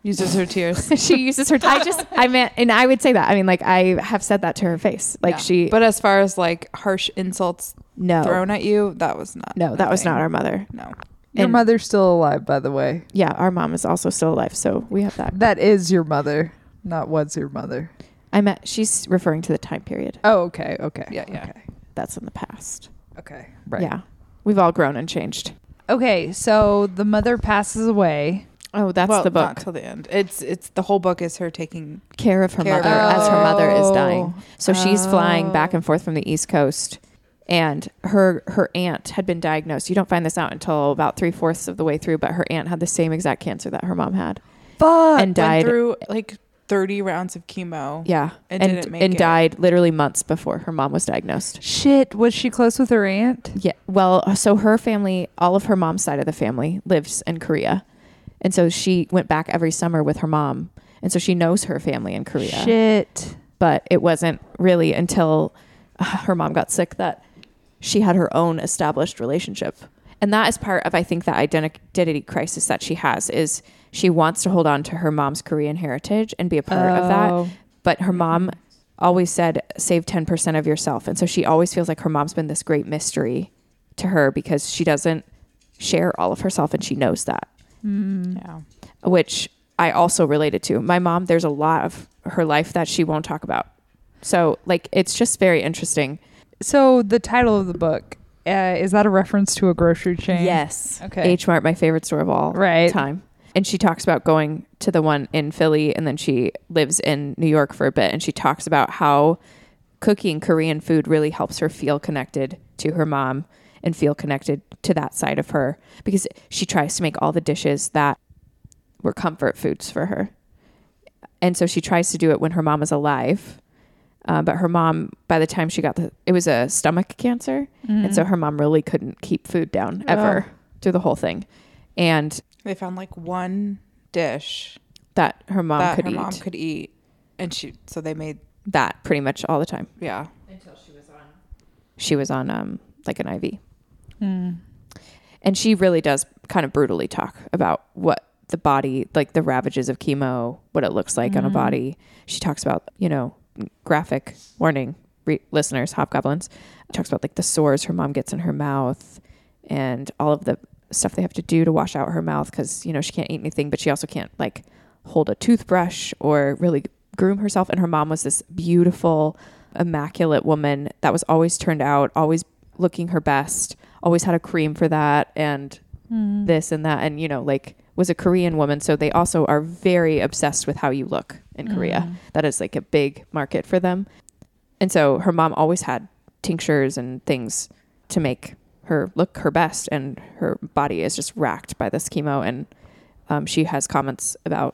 Speaker 1: Uses her tears.
Speaker 2: she uses her. I just, I meant, and I would say that. I mean, like I have said that to her face. Like
Speaker 1: Yeah.
Speaker 2: she,
Speaker 1: But as far as like harsh insults
Speaker 2: no,
Speaker 1: thrown at you, that was not.
Speaker 2: no, that was
Speaker 1: nothing.
Speaker 2: not our mother.
Speaker 1: No.
Speaker 3: your
Speaker 2: and-
Speaker 3: mother's still alive, by the way.
Speaker 2: Yeah, our mom is also still alive, so we have that.
Speaker 3: That is your mother, not was your mother.
Speaker 2: I meant she's referring to the time period
Speaker 3: Oh, okay, okay,
Speaker 1: Yeah, yeah.
Speaker 3: okay,
Speaker 2: that's in the past.
Speaker 3: okay, right.
Speaker 2: Yeah, we've all grown and changed.
Speaker 3: Okay, so the mother passes away.
Speaker 2: Oh, that's
Speaker 1: Well,
Speaker 2: the book.
Speaker 1: Not till the end. It's it's the whole book is her taking.
Speaker 2: care of her
Speaker 1: Care of
Speaker 2: mother
Speaker 1: her
Speaker 2: as her mother is dying.
Speaker 3: Oh.
Speaker 2: So she's flying back
Speaker 3: Oh.
Speaker 2: and forth from the East Coast, and her her aunt had been diagnosed. You don't find this out until about three fourths of the way through, but her aunt had the same exact cancer that her mom had.
Speaker 1: Fuck.
Speaker 2: And died-
Speaker 1: Went through like thirty rounds of chemo.
Speaker 2: Yeah,
Speaker 1: And didn't make
Speaker 2: and
Speaker 1: it.
Speaker 2: died literally months before her mom was diagnosed.
Speaker 3: Shit, was she close with her aunt?
Speaker 2: Yeah. Well, uh, so her family, all of her mom's side of the family lives in Korea. And so she went back every summer with her mom. And so she knows her family in Korea.
Speaker 3: Shit.
Speaker 2: But it wasn't really until uh, her mom got sick that she had her own established relationship. And that is part of, I think, that identi- identity crisis that she has is she wants to hold on to her mom's Korean heritage and be a part of that
Speaker 3: Oh.
Speaker 2: but her mom always said save 10% of yourself and so she always feels like her mom's been this great mystery to her because she doesn't share all of herself and she knows that
Speaker 1: Yeah.
Speaker 2: which i also related to my mom there's a lot of her life that she won't talk about so like it's just very interesting
Speaker 3: So the title of the book uh, is that a reference to a grocery chain?
Speaker 2: yes
Speaker 3: Okay.
Speaker 2: h mart my favorite store of all
Speaker 3: Right.
Speaker 2: time and she talks about going to the one in philly and then she lives in new york for a bit and she talks about how cooking korean food really helps her feel connected to her mom and feel connected to that side of her because she tries to make all the dishes that were comfort foods for her and so she tries to do it when her mom is alive Uh, but her mom, by the time she got the, it was a stomach cancer, and
Speaker 1: Mm-hmm.
Speaker 2: so her mom really couldn't keep food down
Speaker 1: Oh.
Speaker 2: ever through the whole thing, and
Speaker 1: They found like one dish
Speaker 2: that her mom
Speaker 1: that
Speaker 2: could
Speaker 1: her
Speaker 2: eat
Speaker 1: mom could eat, and she so they made
Speaker 2: that pretty much all the time.
Speaker 1: yeah.
Speaker 2: She was on um like an IV,
Speaker 3: Hmm.
Speaker 2: and she really does kind of brutally talk about what the body, like the ravages of chemo, what it looks like on a body. She talks about you know graphic warning re- listeners, hobgoblins. Talks about like the sores her mom gets in her mouth, and all of the stuff they have to do to wash out her mouth because you know she can't eat anything, but she also can't like hold a toothbrush or really groom herself. And her mom was this beautiful, immaculate woman that was always turned out, always looking her best, always had a cream for that and
Speaker 3: Mm-hmm.
Speaker 2: this and that, and you know like was a Korean woman, so they also are very obsessed with how you look in
Speaker 3: Mm-hmm.
Speaker 2: Korea.
Speaker 3: Hmm.
Speaker 2: That is like a big market for them. And so her mom always had tinctures and things to make her look her best. And her body is just racked by this chemo. And um, she has comments about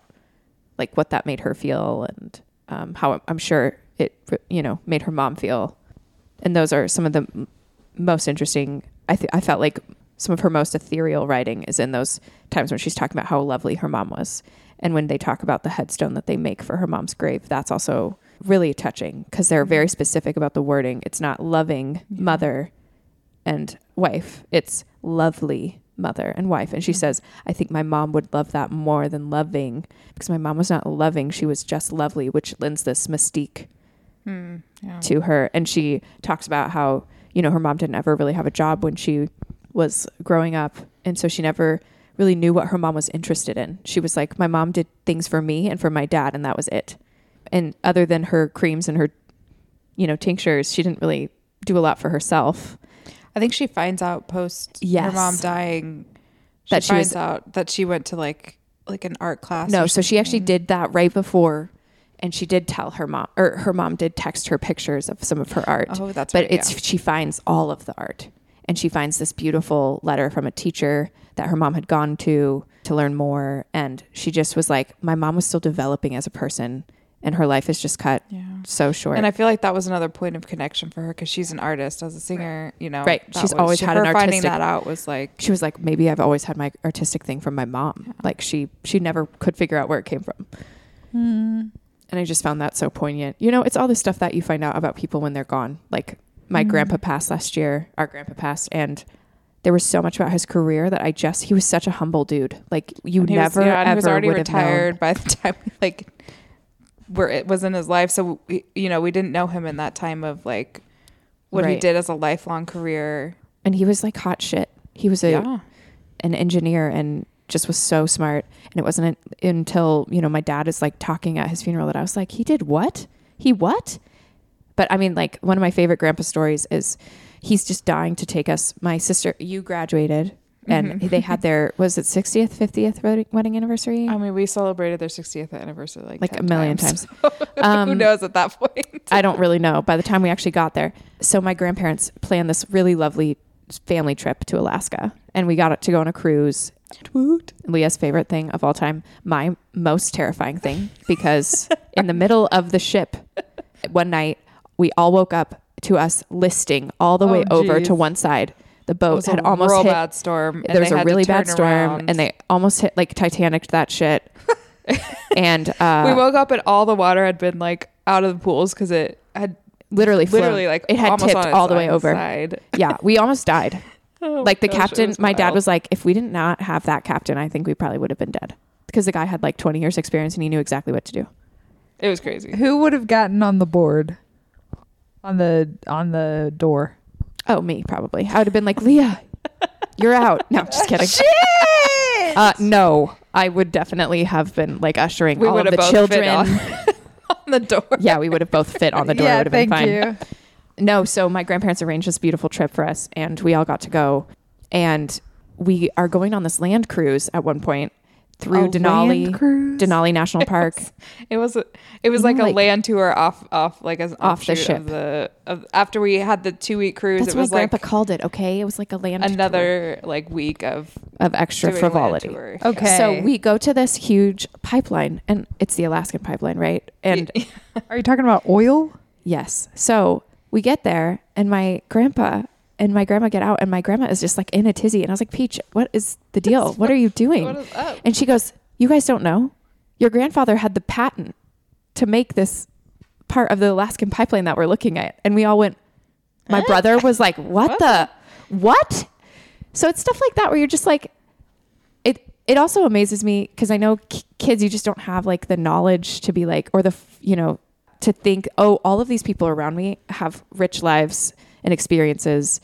Speaker 2: like what that made her feel and um, how I'm sure it, you know, made her mom feel. And those are some of the m- most interesting. I, th- I felt like some of her most ethereal writing is in those times when she's talking about how lovely her mom was. And when they talk about the headstone that they make for her mom's grave, that's also really touching because they're very specific about the wording. It's not loving mother and wife, it's lovely mother and wife. And she says, I think my mom would love that more than loving because my mom was not loving, she was just lovely, which lends this mystique
Speaker 1: Hmm, yeah.
Speaker 2: to her and she talks about how you know her mom didn't ever really have a job when she was growing up and so she never really knew what her mom was interested in she was like my mom did things for me and for my dad and that was it and other than her creams and her you know tinctures she didn't really do a lot for herself
Speaker 1: I think she finds out post
Speaker 2: Yes.
Speaker 1: her mom dying. She
Speaker 2: That she
Speaker 1: finds
Speaker 2: was-
Speaker 1: out that she went to like like an art class.
Speaker 2: no
Speaker 1: or
Speaker 2: so she actually
Speaker 1: something.
Speaker 2: did that right before and she did tell her mom or her mom did text her pictures of some of her art
Speaker 1: Oh, that's
Speaker 2: but
Speaker 1: right,
Speaker 2: it's
Speaker 1: yeah.
Speaker 2: she finds all of the art and she finds this beautiful letter from a teacher that her mom had gone to to learn more and she just was like my mom was still developing as a person and her life is just cut
Speaker 1: Yeah.
Speaker 2: so short
Speaker 1: And I feel like that was another point of connection for her because she's an artist as a singer, you know.
Speaker 2: Right.
Speaker 1: that
Speaker 2: She's always had an
Speaker 1: her finding
Speaker 2: artistic-
Speaker 1: that out was like
Speaker 2: she was like maybe i've always had my artistic thing from my mom like she she never could figure out where it came from
Speaker 1: Hmm.
Speaker 2: and i just found that so poignant you know it's all the stuff that you find out about people when they're gone like my
Speaker 1: Hmm.
Speaker 2: grandpa passed last year our grandpa passed and there was so much about his career that i just he was such a humble dude like you
Speaker 1: he was-
Speaker 2: never
Speaker 1: yeah, and
Speaker 2: ever
Speaker 1: he was already
Speaker 2: would
Speaker 1: retired by the time we, like where it was in his life. So we, you know, we didn't know him in that time of like what he
Speaker 2: Right.
Speaker 1: did as a lifelong career.
Speaker 2: have known. and he was like hot shit he was a
Speaker 1: yeah.
Speaker 2: an engineer and just was so smart. And it wasn't until, you know, my dad is like talking at his funeral that I was like, he did what? He what? But I mean, like, one of my favorite grandpa stories is he's just dying to take us. My sister, you graduated and
Speaker 1: Mm-hmm.
Speaker 2: they had their, was it 60th, 50th wed- wedding anniversary?
Speaker 1: I mean, we celebrated their 60th anniversary like,
Speaker 2: like a
Speaker 1: 10
Speaker 2: million times. Um,
Speaker 1: times. Who knows at that point?
Speaker 2: I don't really know by the time we actually got there. So my grandparents planned this really lovely family trip to Alaska and we got to go on a cruise. Leah's favorite thing of all time, my most terrifying thing because in the middle of the ship one night we all woke up to us listing all the way
Speaker 1: Oh,
Speaker 2: over
Speaker 1: geez.
Speaker 2: to one side. The
Speaker 1: It
Speaker 2: boat
Speaker 1: was
Speaker 2: oh, had
Speaker 1: a
Speaker 2: almost
Speaker 1: real
Speaker 2: hit
Speaker 1: bad storm.
Speaker 2: there was
Speaker 1: they
Speaker 2: a
Speaker 1: had to
Speaker 2: really bad
Speaker 1: turn
Speaker 2: storm
Speaker 1: around.
Speaker 2: and they almost hit like Titanic that shit. and uh
Speaker 1: we woke up and all the water had been like out of the pools because it had
Speaker 2: literally flown.
Speaker 1: literally like
Speaker 2: it had
Speaker 1: almost
Speaker 2: tipped
Speaker 1: on its
Speaker 2: all the way
Speaker 1: side-
Speaker 2: over.
Speaker 1: side.
Speaker 2: yeah, we almost died. like the
Speaker 1: Oh gosh, it
Speaker 2: captain,
Speaker 1: was
Speaker 2: my dad
Speaker 1: wild.
Speaker 2: was like, if we did not have that captain, I think we probably would have been dead because the guy had like 20 years experience and he knew exactly what to do.
Speaker 1: It was crazy.
Speaker 3: Who would have gotten on the board? On the on the door.
Speaker 2: Oh, me probably. I would have been like, Leah, you're out. No, just kidding. Uh, no, I would definitely have been like ushering
Speaker 1: We
Speaker 2: all
Speaker 1: would
Speaker 2: of
Speaker 1: have
Speaker 2: the
Speaker 1: both fit
Speaker 2: children.
Speaker 1: on, on the door.
Speaker 2: yeah, we would have both fit on the door. it
Speaker 3: yeah,
Speaker 2: would have been
Speaker 3: thank
Speaker 2: fine.
Speaker 3: you.
Speaker 2: No, so my grandparents arranged this beautiful trip for us, and we all got to go. And we are going on this land cruise at one point through
Speaker 1: Oh,
Speaker 3: A
Speaker 2: Denali,
Speaker 3: land cruise?
Speaker 2: Denali National Park.
Speaker 1: It was a- it was like,
Speaker 2: Like-
Speaker 1: a land tour off off like as an
Speaker 2: Off the
Speaker 1: offshoot
Speaker 2: ship.
Speaker 1: Of the of, after we had the two week cruise,
Speaker 2: That's what
Speaker 1: it
Speaker 2: my
Speaker 1: was like
Speaker 2: grandpa called it. Okay, it was like a land tour
Speaker 1: another like week of
Speaker 2: of extra
Speaker 1: doing land
Speaker 2: frivolity.
Speaker 1: tour.
Speaker 3: Okay.
Speaker 2: So we go to this huge pipeline, and it's the Alaskan pipeline, right? And
Speaker 3: are you talking about oil?
Speaker 2: Yes. So we get there, and my grandpa and my grandma get out, and my grandma is just like in a tizzy. And I was like, Peach, what is the deal? What are you doing?
Speaker 1: What is up?
Speaker 2: And she goes, You guys don't know? Your grandfather had the patent to make this part of the Alaskan pipeline that we're looking at. And we all went, My brother was like, What the? What? So it's stuff like that where you're just like, it it also amazes me because I know k- kids, you just don't have like the knowledge to be like, or the f- you know, to think, oh, all of these people around me have rich lives and experiences.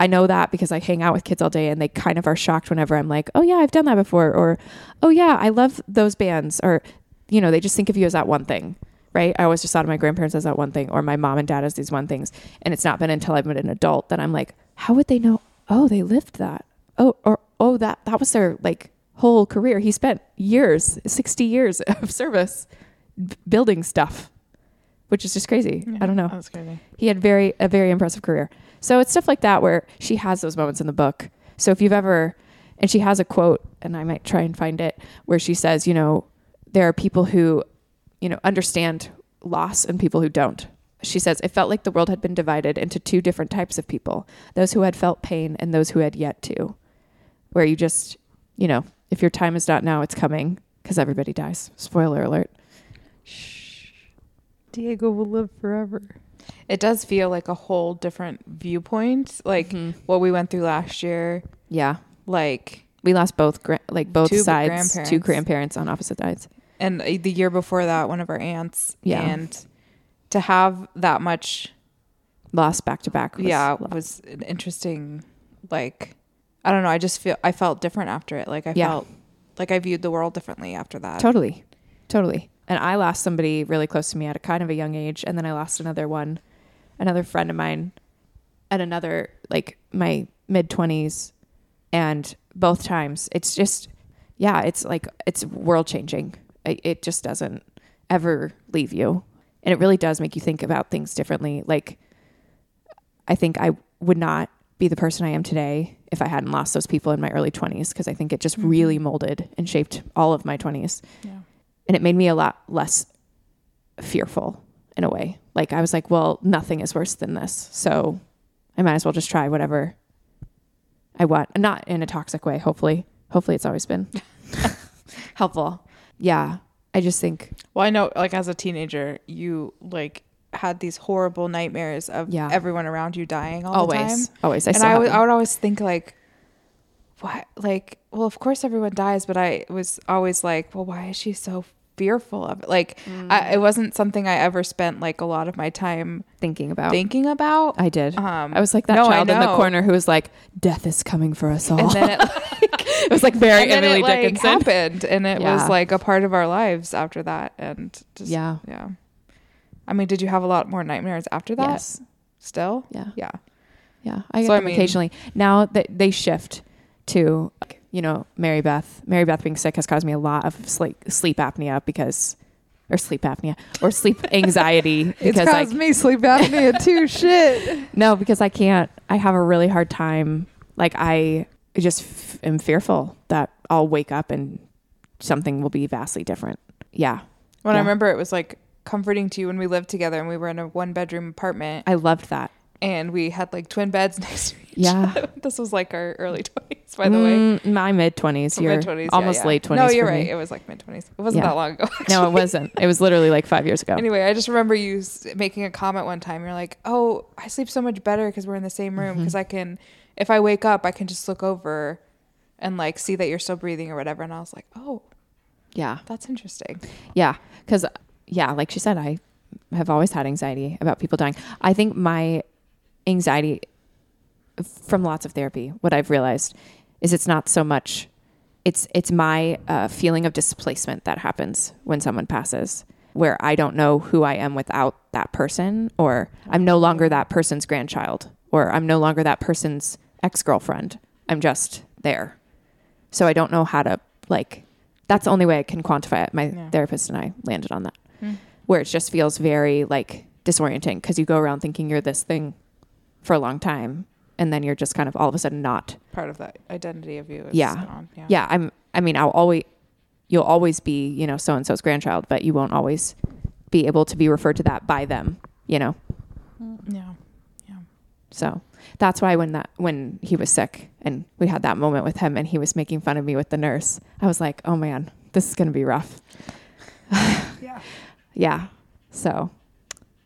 Speaker 2: I know that because I hang out with kids all day, and they kind of are shocked whenever I'm like, oh yeah, I've done that before, or oh yeah, I love those bands, or you know, they just think of you as that one thing. Right. I always just thought of my grandparents as that one thing, or my mom and dad as these one things. And it's not been until I've been an adult that I'm like, how would they know? Oh, they lived that oh or oh that that was their like whole career he spent years 60 years of service b- building stuff which is just crazy i don't know
Speaker 1: Oh, That's crazy.
Speaker 2: he had very a very impressive career so it's stuff like that where she has those moments in the book so if you've ever and she has a quote and i might try and find it where she says you know there are people who you know understand loss and people who don't she says it felt like the world had been divided into two different types of people those who had felt pain and those who had yet to where you just you know if your time is not now it's coming because everybody dies spoiler alert
Speaker 3: Diego will live forever.
Speaker 1: It does feel like a whole different viewpoint, like
Speaker 2: Mm-hmm.
Speaker 1: what we went through last year.
Speaker 2: yeah
Speaker 1: Like,
Speaker 2: we lost both gra- like both
Speaker 1: Two
Speaker 2: sides two
Speaker 1: grandparents.
Speaker 2: grandparents on opposite sides
Speaker 1: and uh, the year before that, one of our aunts.
Speaker 2: Yeah.
Speaker 1: And to have that much,
Speaker 2: lost back to back was-
Speaker 1: yeah, was an interesting, like, I don't know. I just feel, I felt different after it. Like, I
Speaker 2: Yeah.
Speaker 1: felt like I viewed the world differently after that.
Speaker 2: totally totally and i lost somebody really close to me at a kind of a young age and then i lost another one another friend of mine at another like my mid 20s and both times it's just yeah it's like it's world changing it, it just doesn't ever leave you and it really does make you think about things differently like i think i would not be the person i am today if i hadn't lost those people in my early 20s because i think it just really molded and shaped all of my 20s
Speaker 1: Yeah.
Speaker 2: and it made me a lot less fearful in a way like i was like well nothing is worse than this so i might as well just try whatever i want not in a toxic way hopefully hopefully it's always been helpful yeah i just think
Speaker 1: Well, I know, like as a teenager, you like had these horrible nightmares of
Speaker 2: Yeah.
Speaker 1: everyone around you dying all the time.
Speaker 2: always always i
Speaker 1: and
Speaker 2: still
Speaker 1: I
Speaker 2: have
Speaker 1: would,
Speaker 2: them.
Speaker 1: I would always think like, what? Like, well, of course everyone dies, but I was always like, well, why is she so fearful of it? Like,
Speaker 2: Mm.
Speaker 1: I, it wasn't something I ever spent like a lot of my time
Speaker 2: thinking about
Speaker 1: thinking about.
Speaker 2: i did
Speaker 1: um,
Speaker 2: Oh. i was like that
Speaker 1: no, I
Speaker 2: child in the
Speaker 1: know.
Speaker 2: corner who was like death is coming for us all
Speaker 1: and then it,
Speaker 2: it was like very
Speaker 1: and then
Speaker 2: emily
Speaker 1: it like
Speaker 2: dickinson
Speaker 1: happened, and it
Speaker 2: Yeah.
Speaker 1: was like a part of our lives after that. And just,
Speaker 2: yeah
Speaker 1: yeah. I mean, did you have a lot more nightmares after that?
Speaker 2: yes
Speaker 1: Still,
Speaker 2: yeah
Speaker 1: yeah.
Speaker 2: Yeah, I get
Speaker 1: So, I
Speaker 2: them
Speaker 1: mean-
Speaker 2: occasionally. Now that they shift to, like, you know, Mary Beth. Mary Beth being sick has caused me a lot of sleep sleep apnea because, or sleep apnea or sleep anxiety
Speaker 3: It's
Speaker 2: because like
Speaker 3: caused me sleep apnea too. Shit.
Speaker 2: no because I can't. I have a really hard time. Like I just f- am fearful that I'll wake up and something will be vastly different. Yeah,
Speaker 1: When I
Speaker 2: Yeah.
Speaker 1: remember, it was like comforting to you when we lived together and we were in a one bedroom apartment
Speaker 2: I loved that.
Speaker 1: and we had like twin beds next to each
Speaker 2: Yeah.
Speaker 1: other. This was like our early 20s, by the way.
Speaker 2: Mm, my mid twenties, your
Speaker 1: Mid-twenties, yeah,
Speaker 2: almost
Speaker 1: yeah.
Speaker 2: late twenties.
Speaker 1: No, you're right. It was like mid 20s. It wasn't
Speaker 2: Yeah.
Speaker 1: that long ago. actually.
Speaker 2: No, it wasn't. It was literally like five years ago.
Speaker 1: Anyway, I just remember you s- making a comment one time. You're like, "Oh, I sleep so much better because we're in the same
Speaker 2: Mm-hmm.
Speaker 1: room. Because I can, if I wake up, I can just look over, and like see that you're still breathing or whatever." And I was like, "Oh,
Speaker 2: Yeah.
Speaker 1: that's interesting."
Speaker 2: Yeah, because yeah, like she said, I have always had anxiety about people dying. I think my anxiety from lots of therapy, what I've realized is it's not so much it's it's my uh, feeling of displacement that happens when someone passes, where I don't know who I am without that person, or I'm no longer that person's grandchild, or I'm no longer that person's ex girlfriend. I'm just there, so I don't know how to like. That's the only way I can quantify it. My
Speaker 1: Yeah.
Speaker 2: therapist and I landed on that, where it just feels very like disorienting because you go around thinking you're this thing for a long time, and then you're just kind of all of a sudden not
Speaker 1: Part of that identity of you is
Speaker 2: Yeah.
Speaker 1: gone. Yeah.
Speaker 2: yeah i'm i mean i'll always you'll always be you know so and so's grandchild but you won't always be able to be referred to that by them you know.
Speaker 1: Yeah. Yeah.
Speaker 2: So that's why when that when he was sick and we had that moment with him and he was making fun of me with the nurse, I was like, "Oh man, this is going to be rough."
Speaker 3: Yeah.
Speaker 2: Yeah. So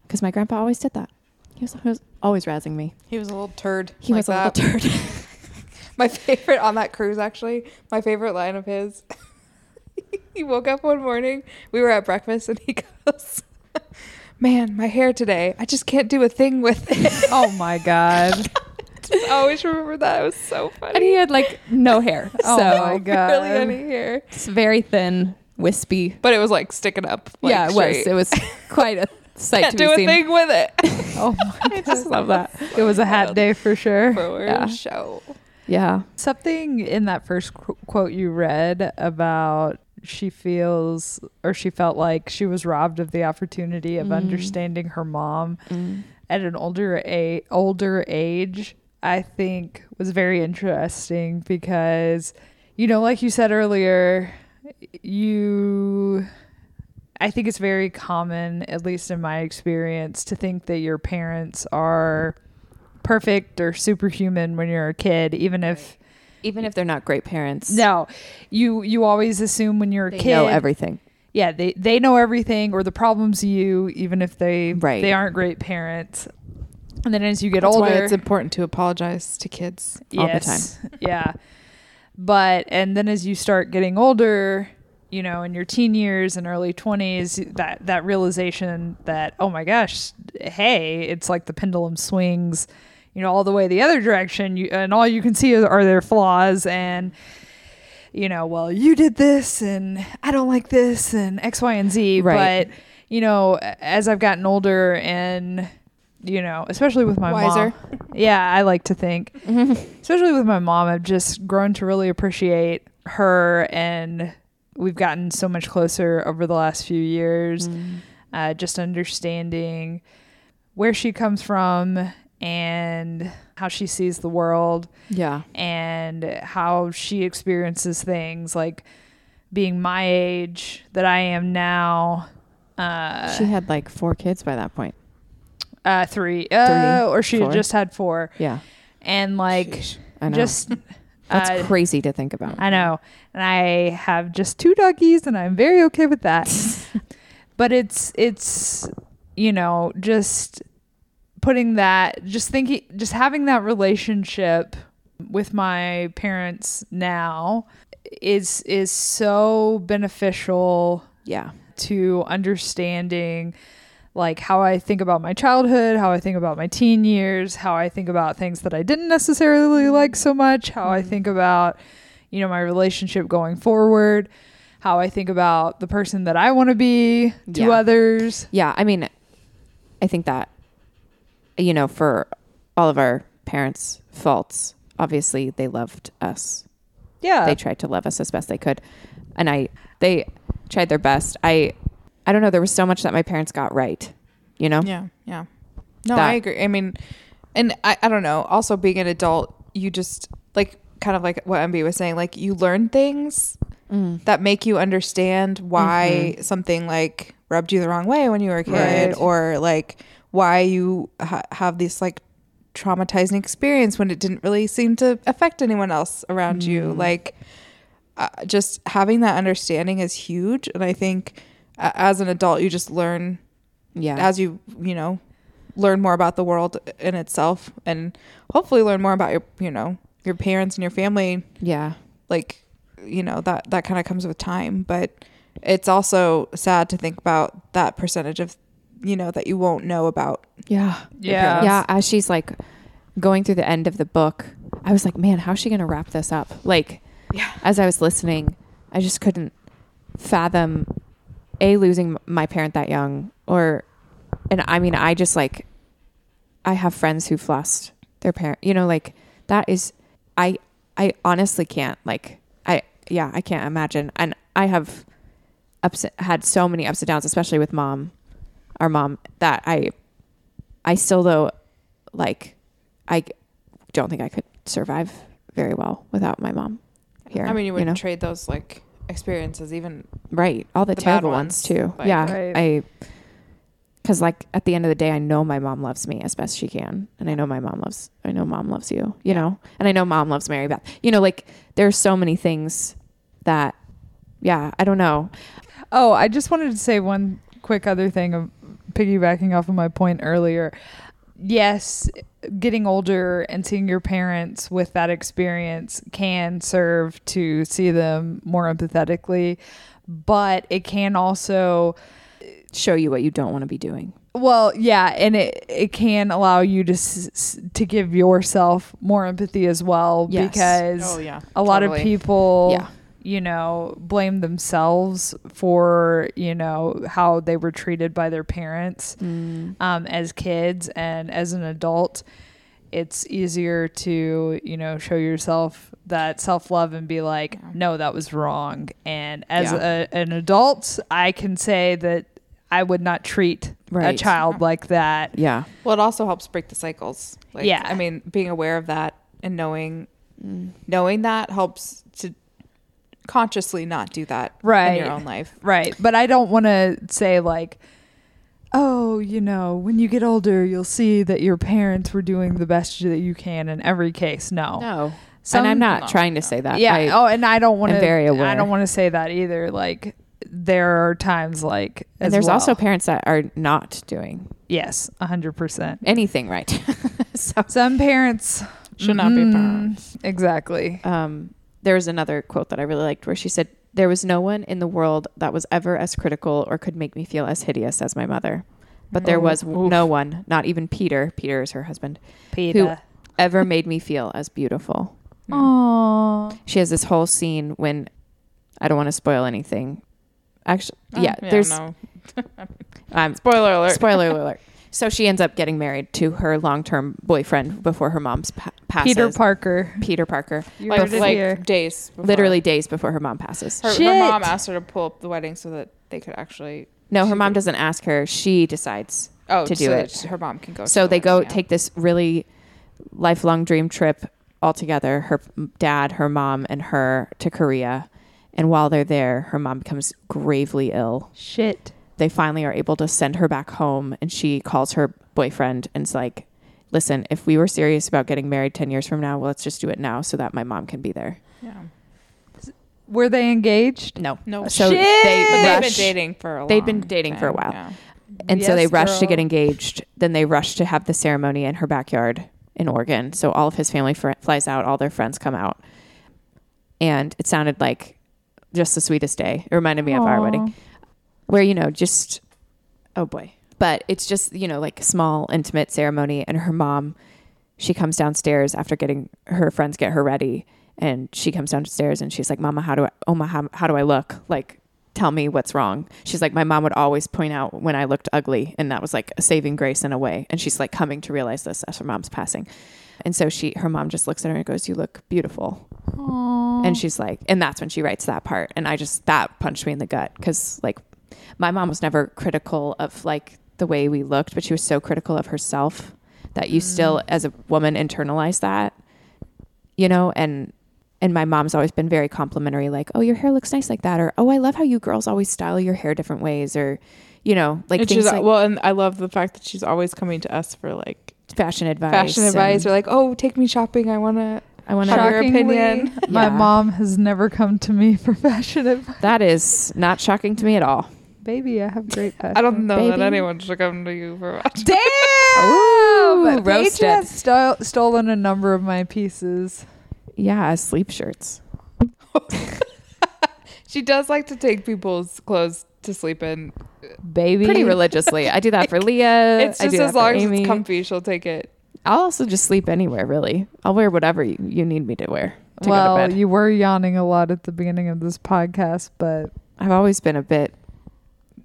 Speaker 2: cuz my grandpa always did that. He was, he was always razzing me.
Speaker 1: He was a little turd.
Speaker 2: He
Speaker 1: like
Speaker 2: was a little
Speaker 1: that.
Speaker 2: turd.
Speaker 1: My favorite on that cruise, actually, my favorite line of his. he woke up one morning. We were at breakfast, and he goes, "Man, my hair today. I just can't do a thing with it."
Speaker 3: Oh my god.
Speaker 1: I always remember that. It was so funny.
Speaker 2: and he had like no hair.
Speaker 3: Oh
Speaker 2: so
Speaker 3: my god.
Speaker 1: barely any hair,
Speaker 2: it's very thin, wispy.
Speaker 1: but it was like sticking up. Like,
Speaker 2: yeah, it was.
Speaker 1: straight.
Speaker 2: It was quite a sight to
Speaker 1: Can't
Speaker 2: be
Speaker 1: do a
Speaker 2: seen.
Speaker 1: thing with it.
Speaker 3: Oh my
Speaker 2: I just love that.
Speaker 3: It was a hat day for sure.
Speaker 1: For
Speaker 2: Yeah.
Speaker 1: show.
Speaker 2: Yeah.
Speaker 3: Something in that first qu- quote you read about she feels or she felt like she was robbed of the opportunity of
Speaker 2: Mm.
Speaker 3: understanding her mom at an older a older age I think was very interesting because you know like you said earlier you I think it's very common at least in my experience to think that your parents are perfect or superhuman when you're a kid even if
Speaker 2: Even if they're not great parents.
Speaker 3: no you you always assume when you're a
Speaker 2: They
Speaker 3: kid
Speaker 2: know everything.
Speaker 3: yeah they they know everything or the problems you even if they
Speaker 2: Right.
Speaker 3: they aren't great parents and then as you get
Speaker 1: That's
Speaker 3: older
Speaker 1: why it's important to apologize to kids.
Speaker 2: all the
Speaker 3: time. Yeah. But and then as you start getting older, you know, in your teen years and early 20s, that that realization that oh my gosh, hey, it's like the pendulum swings, you know, all the way the other direction, you, and all you can see are, are their flaws and you know, well, you did this and I don't like this and X, Y, and Z.
Speaker 2: Right.
Speaker 3: But, you know, as I've gotten older and, you know, especially with my
Speaker 1: Wiser.
Speaker 3: mom. Yeah, I like to think.
Speaker 2: Mm-hmm.
Speaker 3: especially with my mom, I've just grown to really appreciate her and we've gotten so much closer over the last few years.
Speaker 2: Mm.
Speaker 3: Uh, just understanding where she comes from and how she sees the world
Speaker 2: Yeah.
Speaker 3: and how she experiences things like being my age that I am now uh
Speaker 2: She had like four kids by that point.
Speaker 3: uh 3 uh
Speaker 2: Three,
Speaker 3: or she had
Speaker 2: four.
Speaker 3: just had 4
Speaker 2: Yeah.
Speaker 3: and like
Speaker 2: I know.
Speaker 3: just
Speaker 2: That's
Speaker 3: uh,
Speaker 2: crazy to think about.
Speaker 3: I know. And I have just two doggies and I'm very okay with that. but it's it's you know, just putting that just thinking just having that relationship with my parents now is is so beneficial
Speaker 2: yeah.
Speaker 3: to understanding like how I think about my childhood, how I think about my teen years, how I think about things that I didn't necessarily like so much, how I think about you know my relationship going forward, how I think about the person that I want to be to
Speaker 2: Yeah.
Speaker 3: others.
Speaker 2: Yeah. I mean, I think that, you know, for all of our parents' faults, obviously they loved us.
Speaker 1: Uh.
Speaker 3: Yeah.
Speaker 2: They tried to love us as best they could. And I, they tried their best. I, I don't know. There was so much that my parents got right, you know?
Speaker 1: Yeah, yeah. No,
Speaker 2: That-
Speaker 1: I agree. I mean, and I, I don't know. Also, being an adult, you just like kind of like what MB was saying, like you learn things
Speaker 2: Mm.
Speaker 1: that make you understand why
Speaker 2: Mm-hmm.
Speaker 1: something like rubbed you the wrong way when you were a kid,
Speaker 3: Right.
Speaker 1: or like why you ha- have this like traumatizing experience when it didn't really seem to affect anyone else around you.
Speaker 2: Mm.
Speaker 1: Like, uh, just having that understanding is huge. And I think uh, as an adult, you just learn
Speaker 2: Yeah.
Speaker 1: as you you know learn more about the world in itself and hopefully learn more about your you know your parents and your family
Speaker 2: yeah.
Speaker 1: like you know that that kind of comes with time but it's also sad to think about that percentage of you know that you won't know about
Speaker 2: Yeah.
Speaker 3: yeah.
Speaker 2: yeah as she's like going through the end of the book i was like man how's she gonna wrap this up like
Speaker 1: Yeah.
Speaker 2: as i was listening i just couldn't fathom a losing m- my parent that young or and i mean i just like i have friends who've lost their parent you know like that is i i honestly can't like i yeah i can't imagine and i have ups had so many ups and downs especially with mom our mom that i I still though like I don't think I could survive very well without my mom here.
Speaker 1: i mean you
Speaker 2: would
Speaker 1: wouldn't trade those like experiences even
Speaker 2: right all the,
Speaker 1: the bad
Speaker 2: terrible ones,
Speaker 1: ones,
Speaker 2: too.
Speaker 1: like-
Speaker 2: yeah,
Speaker 3: Right.
Speaker 2: I Because like at the end of the day, I know my mom loves me as best she can, and I know my mom loves. I know mom loves you. You know, and I know mom loves Mary Beth. You know, like there's so many things that, yeah, I don't know.
Speaker 3: Oh, I just wanted to say one quick other thing of piggybacking off of my point earlier. Yes, getting older and seeing your parents with that experience can serve to see them more empathetically, but it can also
Speaker 2: Show you what you don't want to be doing.
Speaker 3: well, yeah, and it it can allow you to s- s- to give yourself more empathy as well
Speaker 2: Yes.
Speaker 3: because
Speaker 1: Oh, yeah.
Speaker 3: a lot of people
Speaker 2: Yeah.
Speaker 3: you know blame themselves for you know how they were treated by their parents
Speaker 2: Mm.
Speaker 3: um, as kids and as an adult it's easier to you know show yourself that self-love and be like no that was wrong and as
Speaker 2: Yeah.
Speaker 3: a, an adult i can say that i would not treat a
Speaker 2: Right.
Speaker 3: child like that
Speaker 2: Yeah.
Speaker 1: Well, it also helps break the cycles. Like,
Speaker 3: Yeah.
Speaker 1: I mean, being aware of that and knowing
Speaker 2: Mm.
Speaker 1: knowing that helps to consciously not do that in
Speaker 3: Right.
Speaker 1: your own life.
Speaker 3: Right. But I don't want to say, like, oh, you know, when you get older, you'll see that your parents were doing the best that you can in every case. No.
Speaker 2: No.
Speaker 3: Some-
Speaker 2: and I'm not
Speaker 1: no,
Speaker 2: trying to say that.
Speaker 3: Yeah.
Speaker 2: I-
Speaker 3: oh, and I don't want to.
Speaker 2: am very aware.
Speaker 3: I don't want to say that either. Like, there are times like. as
Speaker 2: and there's
Speaker 3: well.
Speaker 2: also parents that are not doing
Speaker 3: Yes, 100%.
Speaker 2: anything right. so
Speaker 3: Some parents.
Speaker 1: Should not be
Speaker 2: Mm-hmm.
Speaker 1: a parent.
Speaker 3: Mm, Exactly.
Speaker 2: um, there was another quote that I really liked where she said, There was no one in the world that was ever as critical or could make me feel as hideous as my mother. But
Speaker 1: Oh,
Speaker 2: there was w- no one, not even Peter, Peter is her husband,
Speaker 3: Peter.
Speaker 2: ever made me feel as beautiful.
Speaker 3: Aww.
Speaker 2: She has this whole scene when I don't want to spoil anything. Actually,
Speaker 1: Oh,
Speaker 2: yeah, there's
Speaker 1: no.
Speaker 2: um,
Speaker 1: spoiler alert.
Speaker 2: spoiler alert. So she ends up getting married to her long-term boyfriend before her mom's pa- passes.
Speaker 3: Peter Parker.
Speaker 2: Peter Parker.
Speaker 3: You're
Speaker 1: like,
Speaker 2: Before-
Speaker 1: like
Speaker 3: here.
Speaker 1: days, before.
Speaker 2: literally days before her mom passes.
Speaker 1: Her, her
Speaker 3: Shit.
Speaker 1: mom asked her to pull up the wedding so that they could actually.
Speaker 2: no, her
Speaker 1: she
Speaker 2: mom
Speaker 1: could-
Speaker 2: doesn't ask her. She decides.
Speaker 1: Oh,
Speaker 2: to do
Speaker 1: so
Speaker 2: it.
Speaker 1: that Her mom can go. to
Speaker 2: So
Speaker 1: the
Speaker 2: they go
Speaker 1: wedding, Oh, yeah.
Speaker 2: take this really lifelong dream trip all together. Her dad, her mom, and her to Korea. And while they're there, her mom becomes gravely ill.
Speaker 3: Shit.
Speaker 2: They finally are able to send her back home, and she calls her boyfriend and's like, "Listen, if we were serious about getting married ten years from now, well, let's just do it now so that my mom can be there."
Speaker 1: Yeah.
Speaker 3: Were they engaged?
Speaker 2: No,
Speaker 1: No.
Speaker 2: So
Speaker 3: Shit!
Speaker 2: they
Speaker 1: But they've been
Speaker 2: rush-
Speaker 1: dating for a.
Speaker 2: They'd been
Speaker 1: long
Speaker 2: dating for a
Speaker 1: time,
Speaker 2: while.
Speaker 1: yeah.
Speaker 2: And so they
Speaker 3: Yes,
Speaker 2: rushed to
Speaker 3: girl.
Speaker 2: get engaged. Then they rushed to have the ceremony in her backyard in Oregon. So all of his family fr- flies out, all their friends come out. And it sounded like just the sweetest day. It reminded me of our
Speaker 3: Aw.
Speaker 2: wedding, where, you know, just, oh boy. But it's just, you know, like a small, intimate ceremony. And her mom, she comes downstairs after getting her friends get her ready. And she comes downstairs and she's like, Mama, how do I, oh my, how, how do I look? Like, tell me what's wrong. She's like, my mom would always point out when I looked ugly, and that was like a saving grace in a way. And she's like coming to realize this as her mom's passing. And so she, her mom just looks at her and goes, "You look beautiful."
Speaker 1: Mm.
Speaker 2: And she's like, and that's when she writes that part. And I just that punched me in the gut because like, my mom was never critical of like the way we looked, but she was so critical of herself that you still,
Speaker 1: Mm.
Speaker 2: as a woman, internalize that, you know, and and my mom's always been very complimentary like oh your hair looks nice like that or oh i love how you girls always style your hair different ways or you know like
Speaker 1: And
Speaker 2: things
Speaker 1: she's,
Speaker 2: like
Speaker 1: uh, well, and I love the fact that she's always coming to us for like
Speaker 2: fashion advice
Speaker 1: fashion advice or
Speaker 2: and
Speaker 1: like, oh, take me shopping. I want to.
Speaker 2: i want
Speaker 1: Shock-
Speaker 2: to
Speaker 1: your
Speaker 3: Shockingly,
Speaker 1: opinion.
Speaker 3: My
Speaker 2: Yeah.
Speaker 3: mom has never come to me for fashion advice.
Speaker 2: that is not shocking to me at all
Speaker 3: Baby, I have great fashion.
Speaker 1: I don't know that
Speaker 2: Baby.
Speaker 1: anyone should come to you for fashion.
Speaker 3: Damn!
Speaker 2: Ooh,
Speaker 3: Paige
Speaker 2: roasted.
Speaker 3: has sto- stolen a number of my pieces.
Speaker 2: yeah sleep shirts
Speaker 1: She does like to take people's clothes to sleep in.
Speaker 2: Uh,
Speaker 3: Baby.
Speaker 2: pretty religiously i do that for leah
Speaker 1: It's
Speaker 2: I
Speaker 1: just
Speaker 2: do that
Speaker 1: as
Speaker 2: for
Speaker 1: long as
Speaker 2: Amy.
Speaker 1: it's comfy, she'll take it.
Speaker 2: i'll also just sleep anywhere really i'll wear whatever you, you need me to wear to
Speaker 3: well,
Speaker 2: go to bed
Speaker 3: you were yawning a lot at the beginning of this podcast, but
Speaker 2: i've always been a bit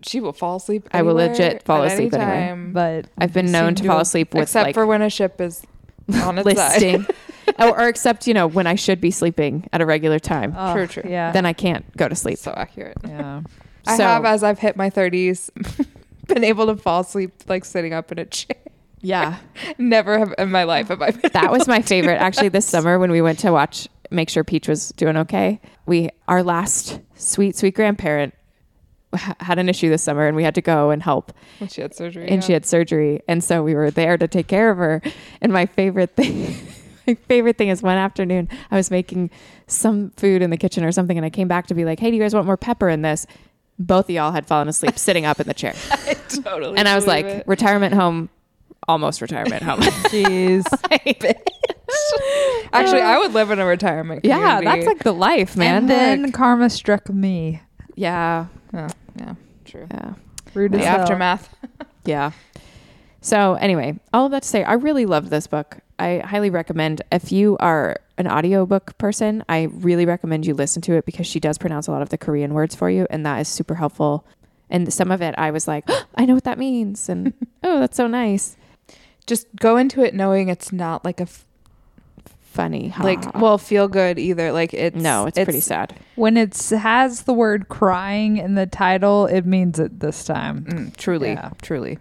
Speaker 1: She will fall asleep.
Speaker 2: I will
Speaker 1: anywhere,
Speaker 2: legit fall
Speaker 1: at
Speaker 2: asleep
Speaker 1: any
Speaker 2: anywhere.
Speaker 1: time,
Speaker 3: but
Speaker 2: Mm. i've been
Speaker 3: you
Speaker 2: known
Speaker 3: seem
Speaker 2: to fall
Speaker 3: have-
Speaker 2: asleep with
Speaker 1: except
Speaker 2: like
Speaker 1: for when a ship is on its side.
Speaker 2: listing oh, or except you know when i should be sleeping at a regular time
Speaker 3: Ugh,
Speaker 1: True, true.
Speaker 3: Yeah.
Speaker 2: then i can't go to sleep
Speaker 1: So accurate.
Speaker 3: yeah.
Speaker 1: I
Speaker 2: So-
Speaker 1: have, as I've hit my thirties, been able to fall asleep like sitting up in a chair.
Speaker 2: yeah
Speaker 1: Never have in my life have I been.
Speaker 2: that was my favorite actually this summer when we went to watch make sure peach was doing okay we our last sweet sweet grandparent h- had an issue this summer and we had to go and help
Speaker 1: when she had surgery.
Speaker 2: and she had surgery and so we were there to take care of her and my favorite thing my favorite thing is one afternoon i was making some food in the kitchen or something and i came back to be like hey do you guys want more pepper in this both of y'all had fallen asleep sitting up in the chair
Speaker 1: had totally.
Speaker 2: and i was like
Speaker 1: believe it.
Speaker 2: retirement home almost retirement home
Speaker 3: Jeez.
Speaker 1: actually, I would live in a retirement.
Speaker 2: "Uh, yeah
Speaker 1: community.
Speaker 2: that's like the life man
Speaker 3: and then karma struck me.
Speaker 2: yeah
Speaker 1: Oh, yeah, true.
Speaker 2: yeah
Speaker 3: Rude
Speaker 1: The
Speaker 3: as hell.
Speaker 1: aftermath.
Speaker 2: Yeah. So anyway, all of that to say, I really loved this book. I highly recommend if you are an audiobook person, I really recommend you listen to it because she does pronounce a lot of the Korean words for you and that is super helpful. And some of it I was like, I know what that means and oh, that's so nice.
Speaker 1: Just go into it knowing it's not like a f-
Speaker 2: Funny. ha.
Speaker 1: like well feel good either. Like it's
Speaker 2: Ah. no, it's, pretty sad.
Speaker 3: When it has the word crying in the title, it means it this time.
Speaker 1: Mm, truly,
Speaker 3: Yeah.
Speaker 1: truly,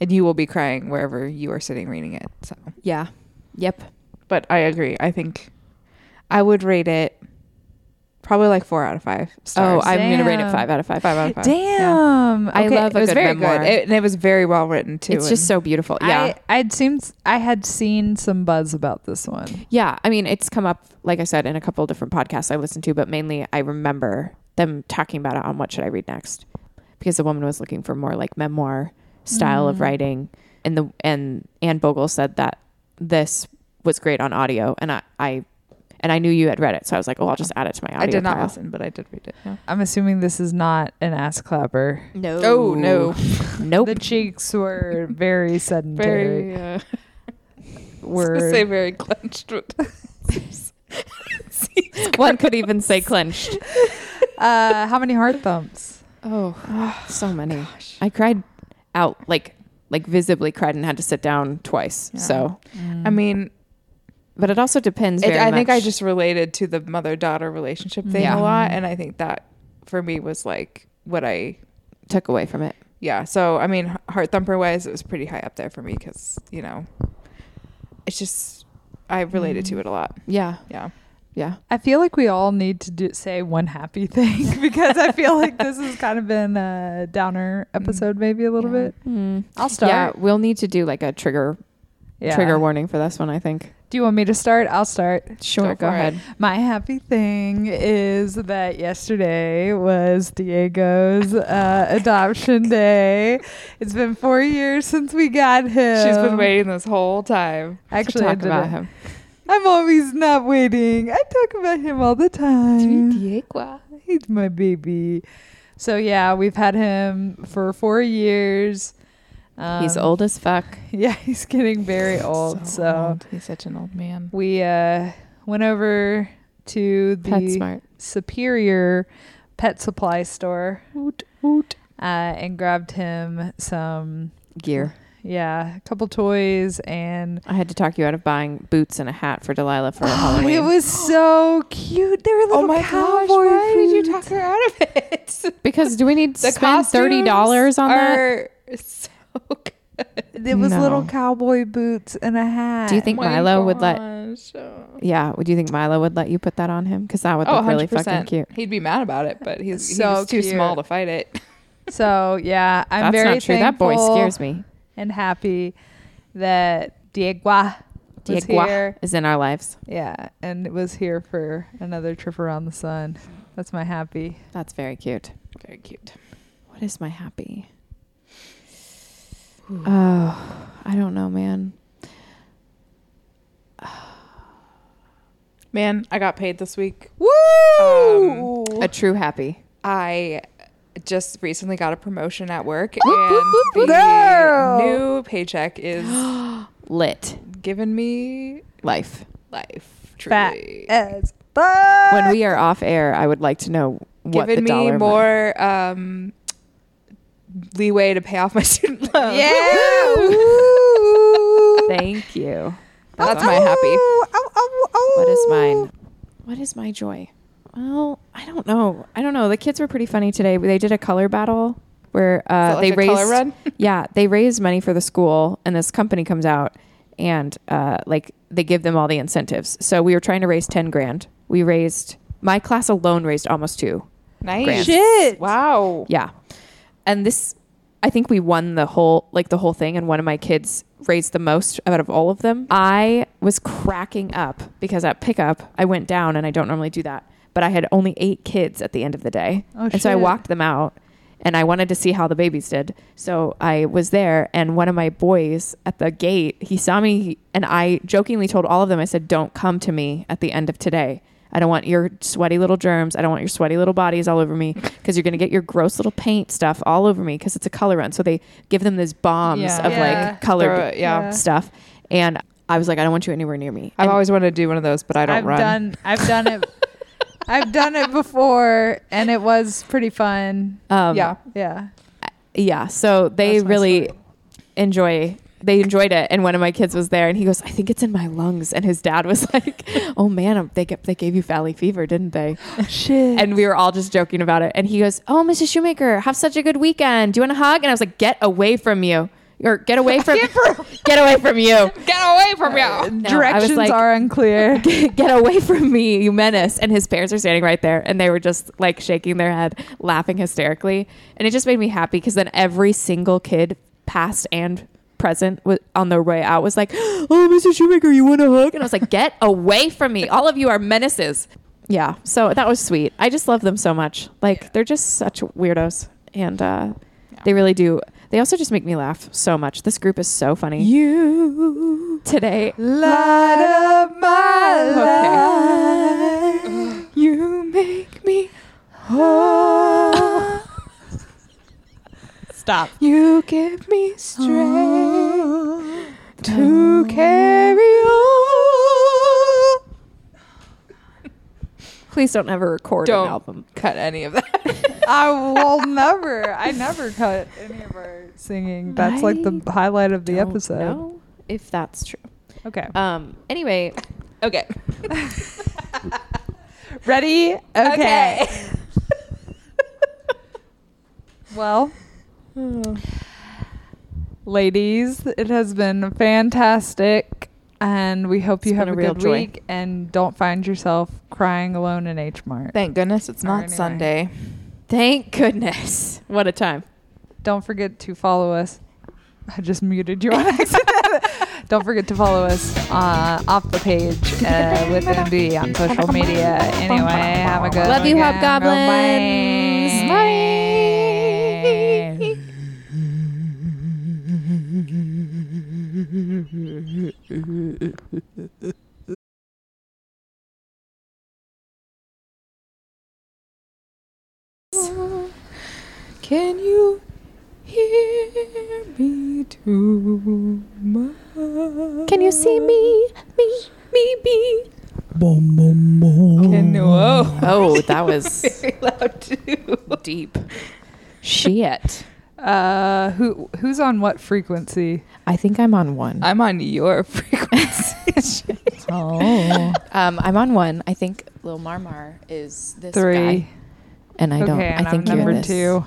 Speaker 1: and you will be crying wherever you are sitting reading it. So,
Speaker 2: Yeah. Yep.
Speaker 1: but I agree. I think I would rate it probably like four out of five
Speaker 2: Oh,
Speaker 1: stars.
Speaker 2: I'm going to rate it
Speaker 3: Damn.
Speaker 2: 5 out of 5.
Speaker 1: five out of five.
Speaker 3: Damn.
Speaker 2: I
Speaker 3: Okay,
Speaker 2: love
Speaker 1: it was
Speaker 2: a good
Speaker 1: very
Speaker 2: memoir.
Speaker 1: good, it, and it was very well written too.
Speaker 2: it's just
Speaker 1: and-
Speaker 2: so beautiful. Yeah.
Speaker 3: I, I'd seen I had seen some buzz about this one.
Speaker 2: Yeah, I mean, it's come up, like I said, in a couple of different podcasts I listened to, but mainly I remember them talking about it on What Should I Read Next, because the woman was looking for more like memoir style
Speaker 1: Mm.
Speaker 2: of writing, and the and Anne Bogle said that this was great on audio, and I, I and I knew you had read it, so I was like, oh, I'll just add it to my audio.
Speaker 1: I did not
Speaker 2: pile.
Speaker 1: listen, but I did read it. Yeah.
Speaker 3: I'm assuming this is not an ass clapper.
Speaker 2: No.
Speaker 1: Oh, no.
Speaker 2: nope.
Speaker 3: The cheeks were very sedentary.
Speaker 1: Very, uh,
Speaker 3: were
Speaker 1: say very clenched.
Speaker 2: One could even say clenched.
Speaker 3: uh, how many heart thumps?
Speaker 2: Oh, so many. I cried out like like visibly cried and had to sit down twice.
Speaker 1: Yeah.
Speaker 2: So
Speaker 1: I mean,
Speaker 2: But it also depends.
Speaker 1: it,
Speaker 2: Mm. Very
Speaker 1: I think I
Speaker 2: much-
Speaker 1: just related to the mother daughter relationship thing
Speaker 2: Yeah.
Speaker 1: a lot, and I think that for me was like what I
Speaker 2: took away from it.
Speaker 1: yeah. So I mean, heart thumper wise, it was pretty high up there for me because you know, it's just I related
Speaker 2: Mm.
Speaker 1: to it a lot.
Speaker 2: Yeah,
Speaker 1: Yeah,
Speaker 2: yeah.
Speaker 3: I feel like we all need to do, say one happy thing because I feel like this has kind of been a downer
Speaker 2: Mm.
Speaker 3: episode, maybe a little
Speaker 1: Yeah.
Speaker 3: bit. I'll start.
Speaker 2: Yeah, we'll need to do like a trigger
Speaker 3: Yeah.
Speaker 2: trigger warning for this one. I think.
Speaker 3: Do you want me to start? I'll start.
Speaker 2: Sure, go
Speaker 1: for it.
Speaker 2: ahead.
Speaker 3: My happy thing is that yesterday was Diego's uh, adoption day. It's been four years since we got him.
Speaker 1: she's been waiting this whole time.
Speaker 3: Actually, I
Speaker 2: talk
Speaker 3: did
Speaker 2: about
Speaker 3: it.
Speaker 2: him.
Speaker 3: I'm always not waiting. I talk about him all the time. He's my baby. So yeah, we've had him for four years. Um,
Speaker 2: He's old as fuck.
Speaker 3: Yeah, he's getting very old. So,
Speaker 1: old. he's such an old man.
Speaker 3: we uh, went over to the
Speaker 2: Pet smart.
Speaker 3: Superior Pet Supply Store Uh, and grabbed him some,
Speaker 2: Gear.
Speaker 3: yeah, a couple toys. And
Speaker 2: I had to talk you out of buying boots and a hat for Delilah for Halloween.
Speaker 3: it was so cute. They were little
Speaker 1: Oh my
Speaker 3: cowboy
Speaker 1: gosh! Why did you
Speaker 3: boots.
Speaker 1: talk her out of it?
Speaker 2: because do we need to
Speaker 1: The
Speaker 2: spend thirty dollars on that?
Speaker 1: are So good.
Speaker 3: It was little
Speaker 2: No.
Speaker 3: cowboy boots and a hat.
Speaker 2: Do you think
Speaker 1: Oh my
Speaker 2: Milo would let?
Speaker 1: gosh. Oh.
Speaker 2: Yeah, would you think Milo would let you put that on him? Because that would look really fucking
Speaker 1: 100%.
Speaker 2: cute.
Speaker 1: He'd be mad about it, but he's,
Speaker 3: So
Speaker 1: he's too
Speaker 3: cute.
Speaker 1: small to fight it.
Speaker 3: so? Yeah, I'm
Speaker 2: That's
Speaker 3: very
Speaker 2: not true.
Speaker 3: thankful.
Speaker 2: That boy scares me.
Speaker 3: and happy that Diego was
Speaker 2: Diego
Speaker 3: here.
Speaker 2: is in our lives.
Speaker 3: Yeah, and it was here for another trip around the sun. That's my happy.
Speaker 2: That's very cute.
Speaker 1: Very cute.
Speaker 2: What is my happy? Oh, I don't know, man.
Speaker 1: Man, I got paid this week.
Speaker 3: Woo!
Speaker 2: A true happy.
Speaker 1: I just recently got a promotion at work,
Speaker 2: Whoop,
Speaker 1: and
Speaker 2: whoop, whoop, whoop.
Speaker 1: the
Speaker 3: Girl.
Speaker 1: new paycheck is
Speaker 2: Lit
Speaker 1: giving me
Speaker 2: life.
Speaker 1: life.
Speaker 3: Fat
Speaker 1: Truly.
Speaker 3: as fuck.
Speaker 2: When we are off air, I would like to know what the
Speaker 1: giving me
Speaker 2: dollar amount-
Speaker 1: more um, leeway to pay off my student loan.
Speaker 3: yeah.
Speaker 1: Woo!
Speaker 3: Woo!
Speaker 2: Thank you.
Speaker 1: That's my happy.
Speaker 3: Ow, ow, ow, ow.
Speaker 2: What is mine? What is my joy? Well, I don't know. I don't know. The kids were pretty funny today. They did a color battle where uh,
Speaker 1: that like
Speaker 2: they
Speaker 1: a
Speaker 2: raised
Speaker 1: color run?
Speaker 2: yeah, they raised money for the school, and this company comes out and uh, like they give them all the incentives. So we were trying to raise ten grand. We raised my class alone raised almost two.
Speaker 1: Nice.
Speaker 2: Grants.
Speaker 3: Shit.
Speaker 1: Wow.
Speaker 2: Yeah. And this I think we won the whole like the whole thing and one of my kids raised the most out of all of them. I was cracking up because at pickup I went down and I don't normally do that, but I had only 8 kids at the end of the day.
Speaker 3: Oh,
Speaker 2: and so I
Speaker 3: shit.
Speaker 2: walked them out and I wanted to see how the babies did. So I was there and one of my boys at the gate, he saw me and I jokingly told all of them I said don't come to me at the end of today. I don't want your sweaty little germs. I don't want your sweaty little bodies all over me because you're going to get your gross little paint stuff all over me because it's a color run. So they give them these bombs
Speaker 1: Yeah.
Speaker 2: of
Speaker 3: Yeah.
Speaker 2: like color
Speaker 1: Throw it, yeah.
Speaker 3: Yeah.
Speaker 2: stuff. And I was like, I don't want you anywhere near me.
Speaker 1: I've
Speaker 2: And-
Speaker 1: always wanted to do one of those, but I don't
Speaker 3: have
Speaker 1: run.
Speaker 3: done I've done it I've done it before and it was pretty fun.
Speaker 2: um,
Speaker 1: yeah.
Speaker 3: Yeah.
Speaker 2: Yeah. So they
Speaker 1: That's my
Speaker 2: really enjoy. They enjoyed it, and one of my kids was there, and he goes, "I think it's in my lungs." And his dad was like, "Oh man, um, they get, they gave you valley fever, didn't they?"
Speaker 3: Shit.
Speaker 2: And we were all just joking about it. And he goes, "Oh, Mrs. Shoemaker, have such a good weekend. Do you want a hug?" And I was like, "Get away from you, or get away from, get away from you."
Speaker 1: Get away from you.
Speaker 2: No, I was
Speaker 3: Directions
Speaker 2: like,
Speaker 3: are unclear.
Speaker 2: get away from me, you menace. And his parents are standing right there and they were just like shaking their head, laughing hysterically. And it just made me happy because then every single kid, past and present, was, on their way out was like, Oh, Mr. Shoemaker, you want a hug? And I was like, Get away from me. All of you are menaces. Yeah. So that was sweet. I just love them so much. Like, they're just such weirdos. And uh, they really do. They also just make me laugh so much. This group is so funny.
Speaker 3: you
Speaker 2: Today,
Speaker 3: light up my
Speaker 1: Okay.
Speaker 3: life.
Speaker 2: you make me
Speaker 3: Oh,
Speaker 2: stop.
Speaker 1: You give me
Speaker 2: Oh,
Speaker 1: strength to carry on.
Speaker 2: Please don't ever record
Speaker 1: Don't
Speaker 2: an album.
Speaker 1: cut any of that.
Speaker 3: I will never. I never cut any of our singing. That's like the
Speaker 2: I
Speaker 3: highlight of the
Speaker 2: Don't
Speaker 3: episode.
Speaker 2: know if that's true.
Speaker 3: Okay.
Speaker 2: Um. Anyway,
Speaker 1: okay.
Speaker 3: Ready? Okay.
Speaker 1: Okay.
Speaker 3: well, ladies, it has been fantastic. And we hope
Speaker 2: It's
Speaker 3: you have
Speaker 2: been
Speaker 3: a,
Speaker 2: a real
Speaker 3: good
Speaker 2: joy.
Speaker 3: week and don't find yourself crying alone in H Mart.
Speaker 1: Thank goodness it's
Speaker 3: Or
Speaker 1: not
Speaker 3: anyway.
Speaker 1: Sunday.
Speaker 2: thank goodness. What a time.
Speaker 3: Don't forget to follow us. I just muted you on accident. Don't forget to follow us uh, off the page uh, with MD on social media. Anyway, have a good
Speaker 2: Love you,
Speaker 3: weekend.
Speaker 2: Hobgoblins.
Speaker 3: Bye.
Speaker 1: Can you hear me too much?
Speaker 2: Can you see me? Me? Me? Me?
Speaker 1: Can whoa.
Speaker 2: Oh, that was
Speaker 1: Very loud too.
Speaker 2: deep. Shit.
Speaker 3: Uh, who who's on what frequency?
Speaker 2: I think I'm on one.
Speaker 1: I'm on your frequency.
Speaker 3: Oh,
Speaker 2: Um, I'm on one. I think Lil Marmar is this
Speaker 3: three.
Speaker 2: guy, and I don't.
Speaker 3: okay, and
Speaker 2: I think
Speaker 3: am
Speaker 2: you're
Speaker 3: number
Speaker 2: this,
Speaker 3: two.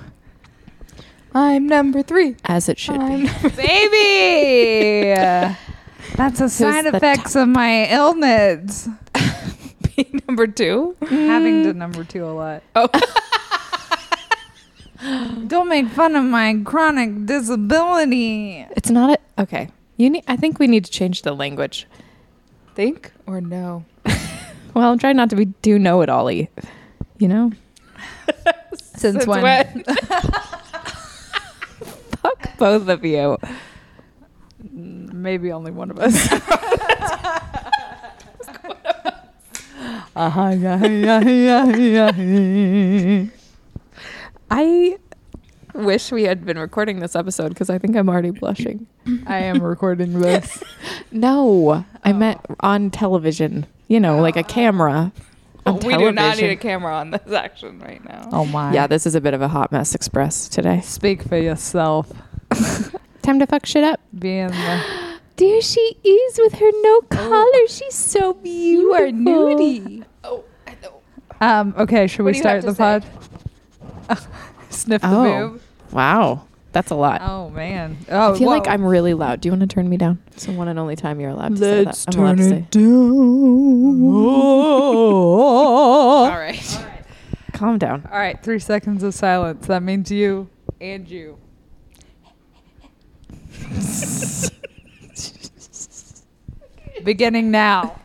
Speaker 1: I'm number three.
Speaker 2: as it should
Speaker 1: I'm
Speaker 2: be.
Speaker 3: Baby, that's a side
Speaker 2: the
Speaker 3: effects of my illness.
Speaker 1: being number two.
Speaker 3: Having
Speaker 2: Mm.
Speaker 3: to number two a lot.
Speaker 1: Oh.
Speaker 3: Don't make fun of my chronic disability.
Speaker 2: It's not a okay. You need. I think we need to change the language.
Speaker 1: Think or no?
Speaker 2: Well, I'm trying not to be do know it all y. You know?
Speaker 3: Since, when?
Speaker 2: Fuck both of you.
Speaker 3: Maybe only one of us.
Speaker 2: I wish we had been recording this episode because I think I'm already blushing.
Speaker 3: I am recording this.
Speaker 2: No, I meant on television. You know, like a camera. on
Speaker 1: we do not need a
Speaker 2: television.
Speaker 1: camera on this action right now.
Speaker 3: Oh my.
Speaker 2: Yeah, this is a bit of a hot mess express today.
Speaker 3: Speak for yourself.
Speaker 2: Time to fuck shit up.
Speaker 3: Being the
Speaker 2: There she is with her no collar. She's so beautiful. You are nudie.
Speaker 1: Oh, I know.
Speaker 3: um. Okay, should
Speaker 1: What
Speaker 3: we
Speaker 1: do you have
Speaker 3: start the pod?
Speaker 1: to
Speaker 3: Sniff the
Speaker 2: Oh.
Speaker 3: boob.
Speaker 2: Wow. That's a lot.
Speaker 3: Oh man. Oh.
Speaker 2: I feel like
Speaker 3: whoa.
Speaker 2: I'm really loud. Do you want to turn me down? It's the one and only time you're allowed to
Speaker 1: Let's
Speaker 2: say that. I'm allowed
Speaker 1: turn
Speaker 2: to
Speaker 1: it
Speaker 2: say.
Speaker 1: down.
Speaker 2: Oh.
Speaker 1: All right.
Speaker 2: Calm Calm down.
Speaker 3: All right, three seconds of silence. That means you and you. Beginning now.